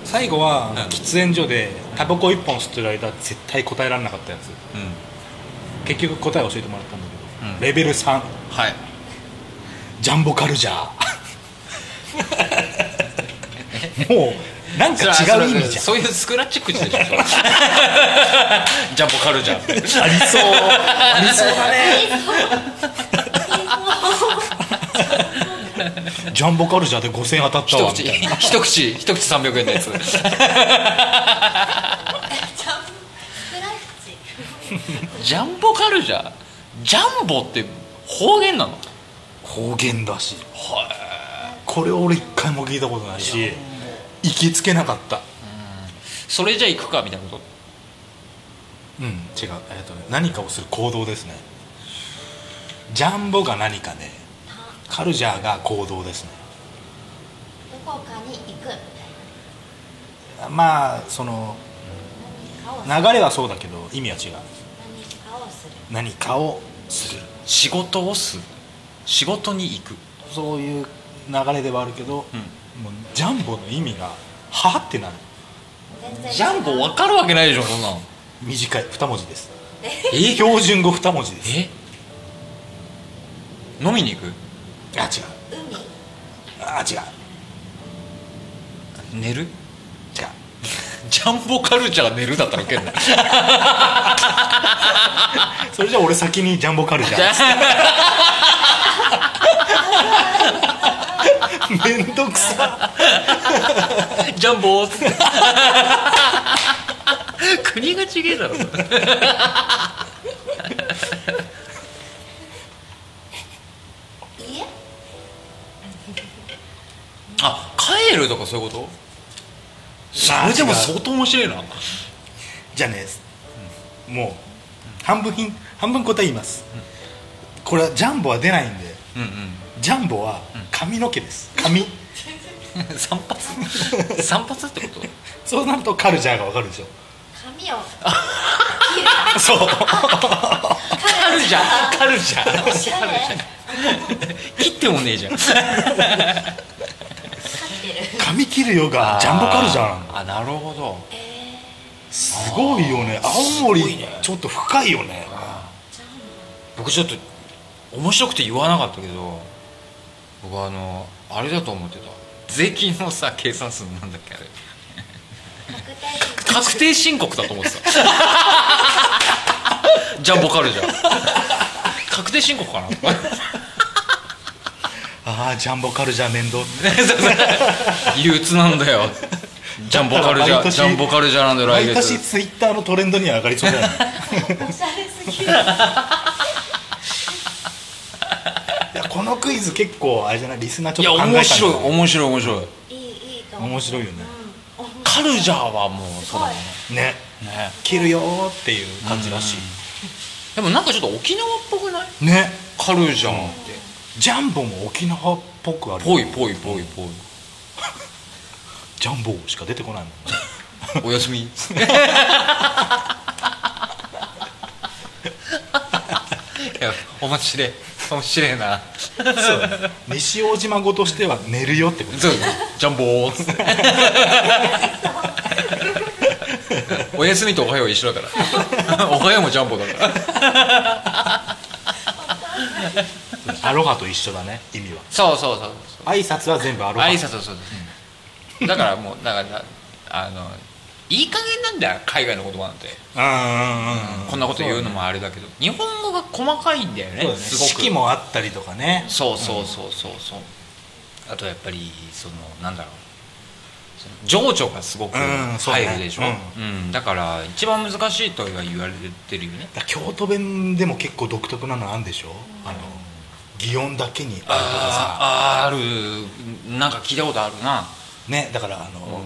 Speaker 1: 最後は、
Speaker 3: うん
Speaker 1: 喫煙所でタバコ1本吸ってる間絶対答えられなかったやつ
Speaker 3: うん
Speaker 1: 結局答え教えてもらったんだけど、
Speaker 3: うん
Speaker 1: レベル3
Speaker 3: はい
Speaker 1: ジャンボカル ジャーもうなんか違う意味じゃん
Speaker 3: そういうスクラッチ口でしょジ ャンボカルジャー
Speaker 1: ありそうありそうだねジャンボカルジャーで5000円当たった
Speaker 3: 一
Speaker 1: わ
Speaker 3: 口
Speaker 1: みたいな
Speaker 3: 一口一口300円のやつ
Speaker 2: ジャンプスクラッチ
Speaker 3: ジャンボカルジャージャンボって方言なの
Speaker 1: 方言だしこれ俺一回も聞いたことないし行きつけなかった
Speaker 3: それじゃ行くかみたいなこと
Speaker 1: うん違う、えっとね、何かをする行動ですねジャンボが何かねカルジャーが行動ですね
Speaker 2: どこかに行くみたい
Speaker 1: まあその
Speaker 2: な何かを
Speaker 1: 流
Speaker 2: する
Speaker 1: れはそうだけど意味は違う
Speaker 2: 何かをする
Speaker 1: 何かをする
Speaker 3: 仕事をする仕事に行く
Speaker 1: そういう流れではあるけど、もうジャンボの意味がはってなる
Speaker 2: 全然
Speaker 3: ジャンボ分かるわけないでしょそんなの
Speaker 1: 短い二文字です
Speaker 3: え
Speaker 1: 標準語二文字です
Speaker 3: え飲みに行く
Speaker 1: あ違う
Speaker 2: 海
Speaker 1: あ違う
Speaker 3: 寝る
Speaker 1: じゃあ
Speaker 3: ジャンボカルチャー寝るだったらウケるな
Speaker 1: それじゃあ俺先にジャンボカルチャーめんどくさ
Speaker 3: ジャンボーっつって 国が違えだろそれ
Speaker 2: いいえ
Speaker 3: あ帰るとかそういうこと それでも相当面白いな
Speaker 1: じゃあね、もう半分ひん半分答え言います、これはジャンボは出ないんで
Speaker 3: うん
Speaker 1: ジャンボは髪の毛です髪
Speaker 3: うん 散 髪散髪ってこと
Speaker 1: そうなるとカルチャーがわかるでしょ
Speaker 2: 髪を
Speaker 1: そう
Speaker 3: カルチャーカルチャ
Speaker 2: おしゃれ
Speaker 3: ー切ってもねえじゃんジャ
Speaker 2: 飼ってる
Speaker 1: 髪切るよがジャンボカルチャーなの
Speaker 3: あなるほど
Speaker 2: え
Speaker 1: すごいよね青森
Speaker 3: すごいね
Speaker 1: ちょっと深いよね
Speaker 2: ー、ジャン
Speaker 3: 僕ちょっと面白くて言わなかったけど僕あのあれだと思ってた税金のさ計算数なんだっけあれ
Speaker 2: ボ確定
Speaker 3: 確定申告だと思って たジャンボカルじゃん確定申告 かな
Speaker 1: ああジャンボカルチャー面倒
Speaker 3: 憂鬱なんだよジャンボカルじ
Speaker 1: だか
Speaker 3: ゃ
Speaker 1: ら毎年
Speaker 3: ジャンボカルじゃなんだよ来
Speaker 1: 毎年
Speaker 3: 月
Speaker 1: ツイッターのトレンドには上がりそうだよね
Speaker 2: おしゃれすぎ
Speaker 1: い
Speaker 2: る
Speaker 1: やこのクイズ結構あれじゃないリスナー
Speaker 3: い
Speaker 1: ち
Speaker 3: や
Speaker 1: ょっと考えたん
Speaker 3: 面
Speaker 1: じゃ
Speaker 3: 白い
Speaker 1: ない
Speaker 3: 面白い面白い
Speaker 2: いいいいと思う
Speaker 1: 面白いよね
Speaker 2: うん
Speaker 3: カルジャーはもうそうだもん
Speaker 1: ね
Speaker 3: ねね
Speaker 1: 切るよーっていう感じらし
Speaker 3: でもなんかちょっと沖縄っぽくない
Speaker 1: いね
Speaker 3: カルジャーっ
Speaker 1: ジャンボも沖縄っぽくあ
Speaker 3: て
Speaker 1: る
Speaker 3: ぽいぽいぽいぽい
Speaker 1: ジャンボしか出てこないもん
Speaker 3: おやすみいや面白い面白いな
Speaker 1: そう西大島語としては寝るよってこと
Speaker 3: そうジャンボーっつっておやすみとおはよう一緒だからおはようもジャンボだから
Speaker 1: アロハと一緒だね意味は
Speaker 3: そうそうそう
Speaker 1: 挨拶は全部アロハ
Speaker 3: 挨拶はそうですだからもうだからあのいい加減なんだよ海外の言葉なんて
Speaker 1: うんうんうん
Speaker 3: こんなこと言うのもあれだけど日本語が細かいんだよね
Speaker 1: そうだね
Speaker 3: すごく
Speaker 1: 式もあったりとかね
Speaker 3: そうそうそうそうそう、あとやっぱりそのなんだろうその情緒がすごく
Speaker 1: うんそうね
Speaker 3: 入るでしょ、うんだから一番難しいとは言われてるよね
Speaker 1: だ京都弁でも結構独特なのあるんでしょあの擬音だけにあるとかさ
Speaker 3: ああるなんか聞いたことあるな
Speaker 1: ねだからあの、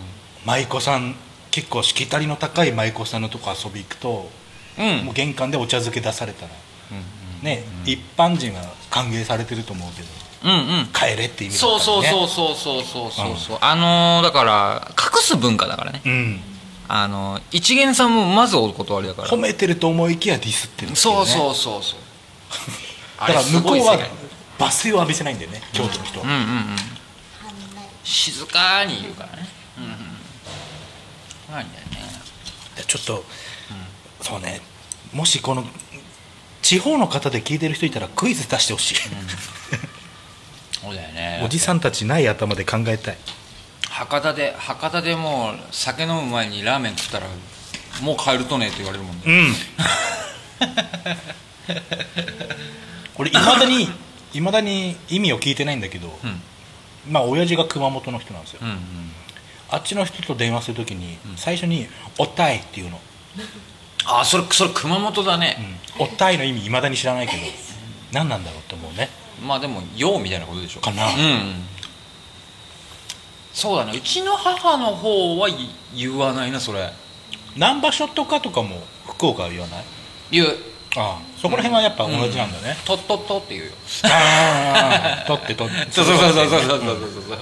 Speaker 1: 舞妓さん結構しきたりの高い舞妓さんのとこ遊び行くと、
Speaker 3: うん
Speaker 1: もう玄関でお茶漬け出されたら
Speaker 3: う
Speaker 1: ね、一般人は歓迎されてると思うけど
Speaker 3: んうんうん
Speaker 1: 帰れって意味だ
Speaker 3: そう
Speaker 1: ったら
Speaker 3: そう
Speaker 1: ね
Speaker 3: そうそうそうそうそうそうあのーだから隠す文化だからね
Speaker 1: うん
Speaker 3: あのー一元さんもまずお断りだから
Speaker 1: 褒めてると思いきやディスってるっていう、ね、
Speaker 3: そう
Speaker 1: う
Speaker 3: そうそうそう
Speaker 1: だから
Speaker 3: あれす
Speaker 1: 向こう
Speaker 3: ごい世
Speaker 1: は
Speaker 3: 界
Speaker 1: 罵声を浴びせないんだよね京都の人は、
Speaker 3: うんうんうん
Speaker 2: はんなり
Speaker 3: 静かに言うからねうんうん怖いんだよね
Speaker 1: でちょっと、そうねもしこの地方の方で聞いてる人いたらクイズ出してほしい、
Speaker 3: そうだよね
Speaker 1: おじさんたちない頭で考えたい
Speaker 3: 博多で博多でもう酒飲む前にラーメン食ったらもう帰るとねって言われるもんね
Speaker 1: うん俺いまだにいまだに意味を聞いてないんだけど、
Speaker 3: うん
Speaker 1: まあ親父が熊本の人なんですよ、
Speaker 3: うんうん
Speaker 1: あっちの人と電話するときに、最初に「おたい」っていうの、
Speaker 3: あそれそれ熊本だね、
Speaker 1: おたいの意味いまだに知らないけど何なんだろうって思うね
Speaker 3: まあでも「よう」みたいなことでしょ
Speaker 1: かな
Speaker 3: うんうんそうだねうちの母の方は言言わないなそれ
Speaker 1: 難波ショットかとかも福岡は言わない
Speaker 3: 言う
Speaker 1: ああそこら辺はやっぱ同じなんだね、
Speaker 3: 「とっとっと」って言うよ
Speaker 1: ああ取って取って
Speaker 3: そうそうそうそうそうそうそうそうそう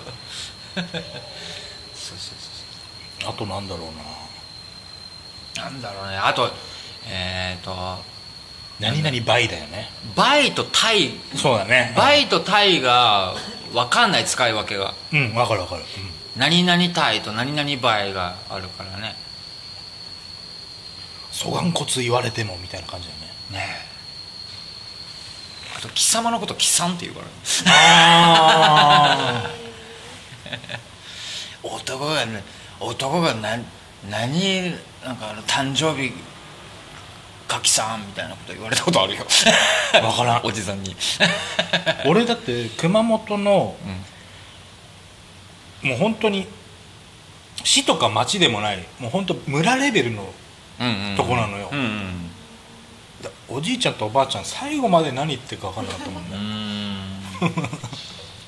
Speaker 1: あとなんだろうな
Speaker 3: なんだろうねあとえっ、ー、と
Speaker 1: 何々倍だよね
Speaker 3: バイとタイ
Speaker 1: そうだね
Speaker 3: バイとタイが分かんない使い分けが
Speaker 1: うんわかるわかる、うん
Speaker 3: 何々タイと何々バイがあるからね
Speaker 1: ソガンコツ言われてもみたいな感じだよね
Speaker 3: ねえあと貴様のこと貴さんって言うからね
Speaker 1: あ
Speaker 4: 男がね男が何何なんかあの誕生日ガキさんみたいなこと言われたことあるよ
Speaker 1: わからん
Speaker 4: おじさ んに
Speaker 1: 俺だって熊本の、もう本当に市とか町でもないもう本当村レベルの
Speaker 3: うんうん
Speaker 1: とこなのよ、
Speaker 3: うんうん
Speaker 1: だおじいちゃんとおばあちゃん最後まで何言ってるか分かんなかったもん
Speaker 3: う
Speaker 1: ね
Speaker 3: ーん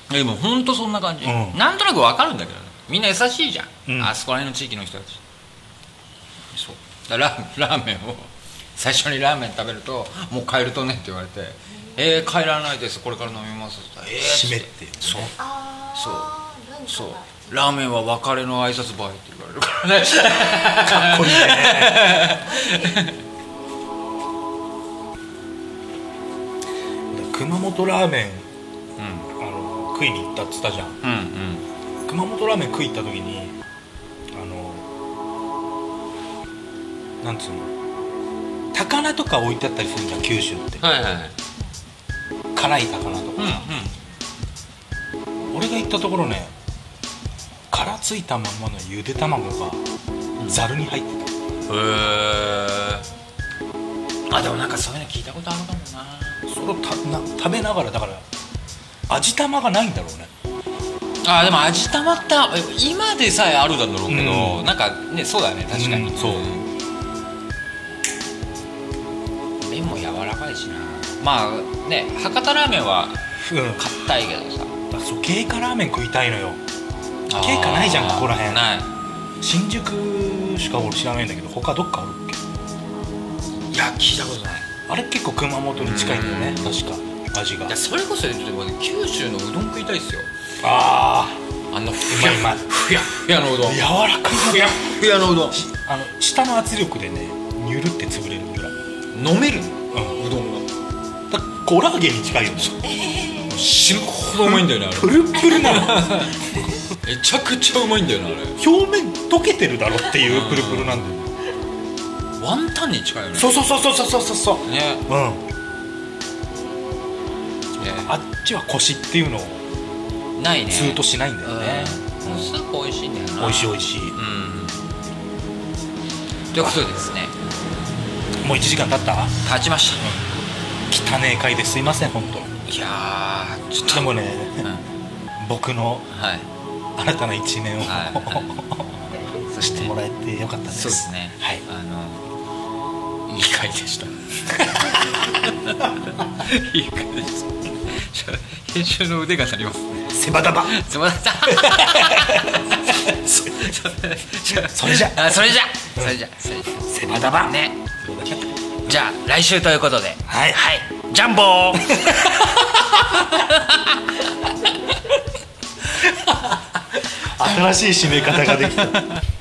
Speaker 3: でも本当そんな感じ、
Speaker 1: うん
Speaker 3: なんとなくわかるんだけどねみんな優しいじゃん、
Speaker 1: うん
Speaker 3: あそこら辺の地域の人たちそうだからララーメンを最初にラーメン食べると「もう帰るとね」って言われて「えー、帰らないですこれから飲みます」って言った
Speaker 1: 締め
Speaker 3: らえー
Speaker 1: って言うね
Speaker 3: そう
Speaker 2: ああ
Speaker 3: そう
Speaker 2: 文化
Speaker 3: そう
Speaker 2: が
Speaker 3: ラーメンは別れの挨拶ばいって言われるからね
Speaker 1: かっこいいね熊本ラーメン
Speaker 3: うん
Speaker 1: あの食いに行ったっつったじゃん
Speaker 3: うんうん
Speaker 1: 熊本ラーメン食い行った時にあのなんつうの高菜とか置いてあったりするんだ九州って
Speaker 3: はいはいはい
Speaker 1: 辛い高菜と
Speaker 3: う
Speaker 1: か、
Speaker 3: ん
Speaker 1: 俺が行ったところね殻ついたまんまのゆで卵がざるに入って
Speaker 3: うんへえあでもなんかそういうの聞いたことあるかもな
Speaker 1: たそれをたな食べながらだから味玉がないんだろうね
Speaker 3: あでも味たまった今でさえあるだろうけど、
Speaker 1: うん
Speaker 3: なんかねそうだね確かに、
Speaker 1: うんそうん
Speaker 3: 麺も柔らかいしなまあね博多ラーメンは
Speaker 1: うん
Speaker 3: 硬いけどさ
Speaker 1: あそう経過ラーメン食いたいのよ経過ないじゃん
Speaker 3: あー
Speaker 1: ここら辺
Speaker 3: ない
Speaker 1: 新宿しか俺知らないんだけど他どっかあるっけ
Speaker 3: いや聞いたことない
Speaker 1: あれ結構熊本に近いんだよね確か味が
Speaker 3: いやそれこそ言うと僕ね九州のうどん食いたいっすよ
Speaker 1: ああ
Speaker 3: あのふや
Speaker 1: うまいうまい
Speaker 3: ふやふやのうどん
Speaker 1: 柔らかい
Speaker 3: ふやふやのうどん
Speaker 1: あの下の圧力でねニュルって潰れるぐらい、
Speaker 3: 飲める
Speaker 1: う
Speaker 3: うどんが
Speaker 1: ん、だからコラーゲンに近いよね
Speaker 3: 死ぬほどうまいんだよねあ
Speaker 1: プルップルなの
Speaker 3: れめちゃくちゃうまいんだよねあれ
Speaker 1: 表面溶けてるだろっていうプルプルなんだよね
Speaker 3: ワンタンに近いよね
Speaker 1: そうそうそうそうそうそうそうそう
Speaker 3: ね
Speaker 1: うん
Speaker 3: ね
Speaker 1: あっちは腰っていうのを
Speaker 3: ないね
Speaker 1: ツーとしないんだよね、
Speaker 3: うんもうスープ美味しいんだよな
Speaker 1: 美味しい美味し
Speaker 3: う
Speaker 1: い、
Speaker 3: んということでですね
Speaker 1: もう1時間経った
Speaker 3: 立ちまし
Speaker 1: 汚ねえ回ですいません本
Speaker 3: たいやーちょっ
Speaker 1: 当
Speaker 3: と
Speaker 1: でもね
Speaker 3: うんはい
Speaker 1: 僕の新たな一面を、
Speaker 3: はいはいそして
Speaker 1: もらえてよかったです
Speaker 3: そうですね
Speaker 1: はい
Speaker 3: あのいい回でしたいい回でした編集の腕が足りますね
Speaker 1: セバダバ
Speaker 3: すみませんそ
Speaker 1: それじゃ
Speaker 3: あそれじゃそれじゃそれじゃ
Speaker 1: セバダバ
Speaker 3: ねじゃあ来週ということで
Speaker 1: はいはい
Speaker 3: ジャン ボー
Speaker 1: 新しい締め方ができた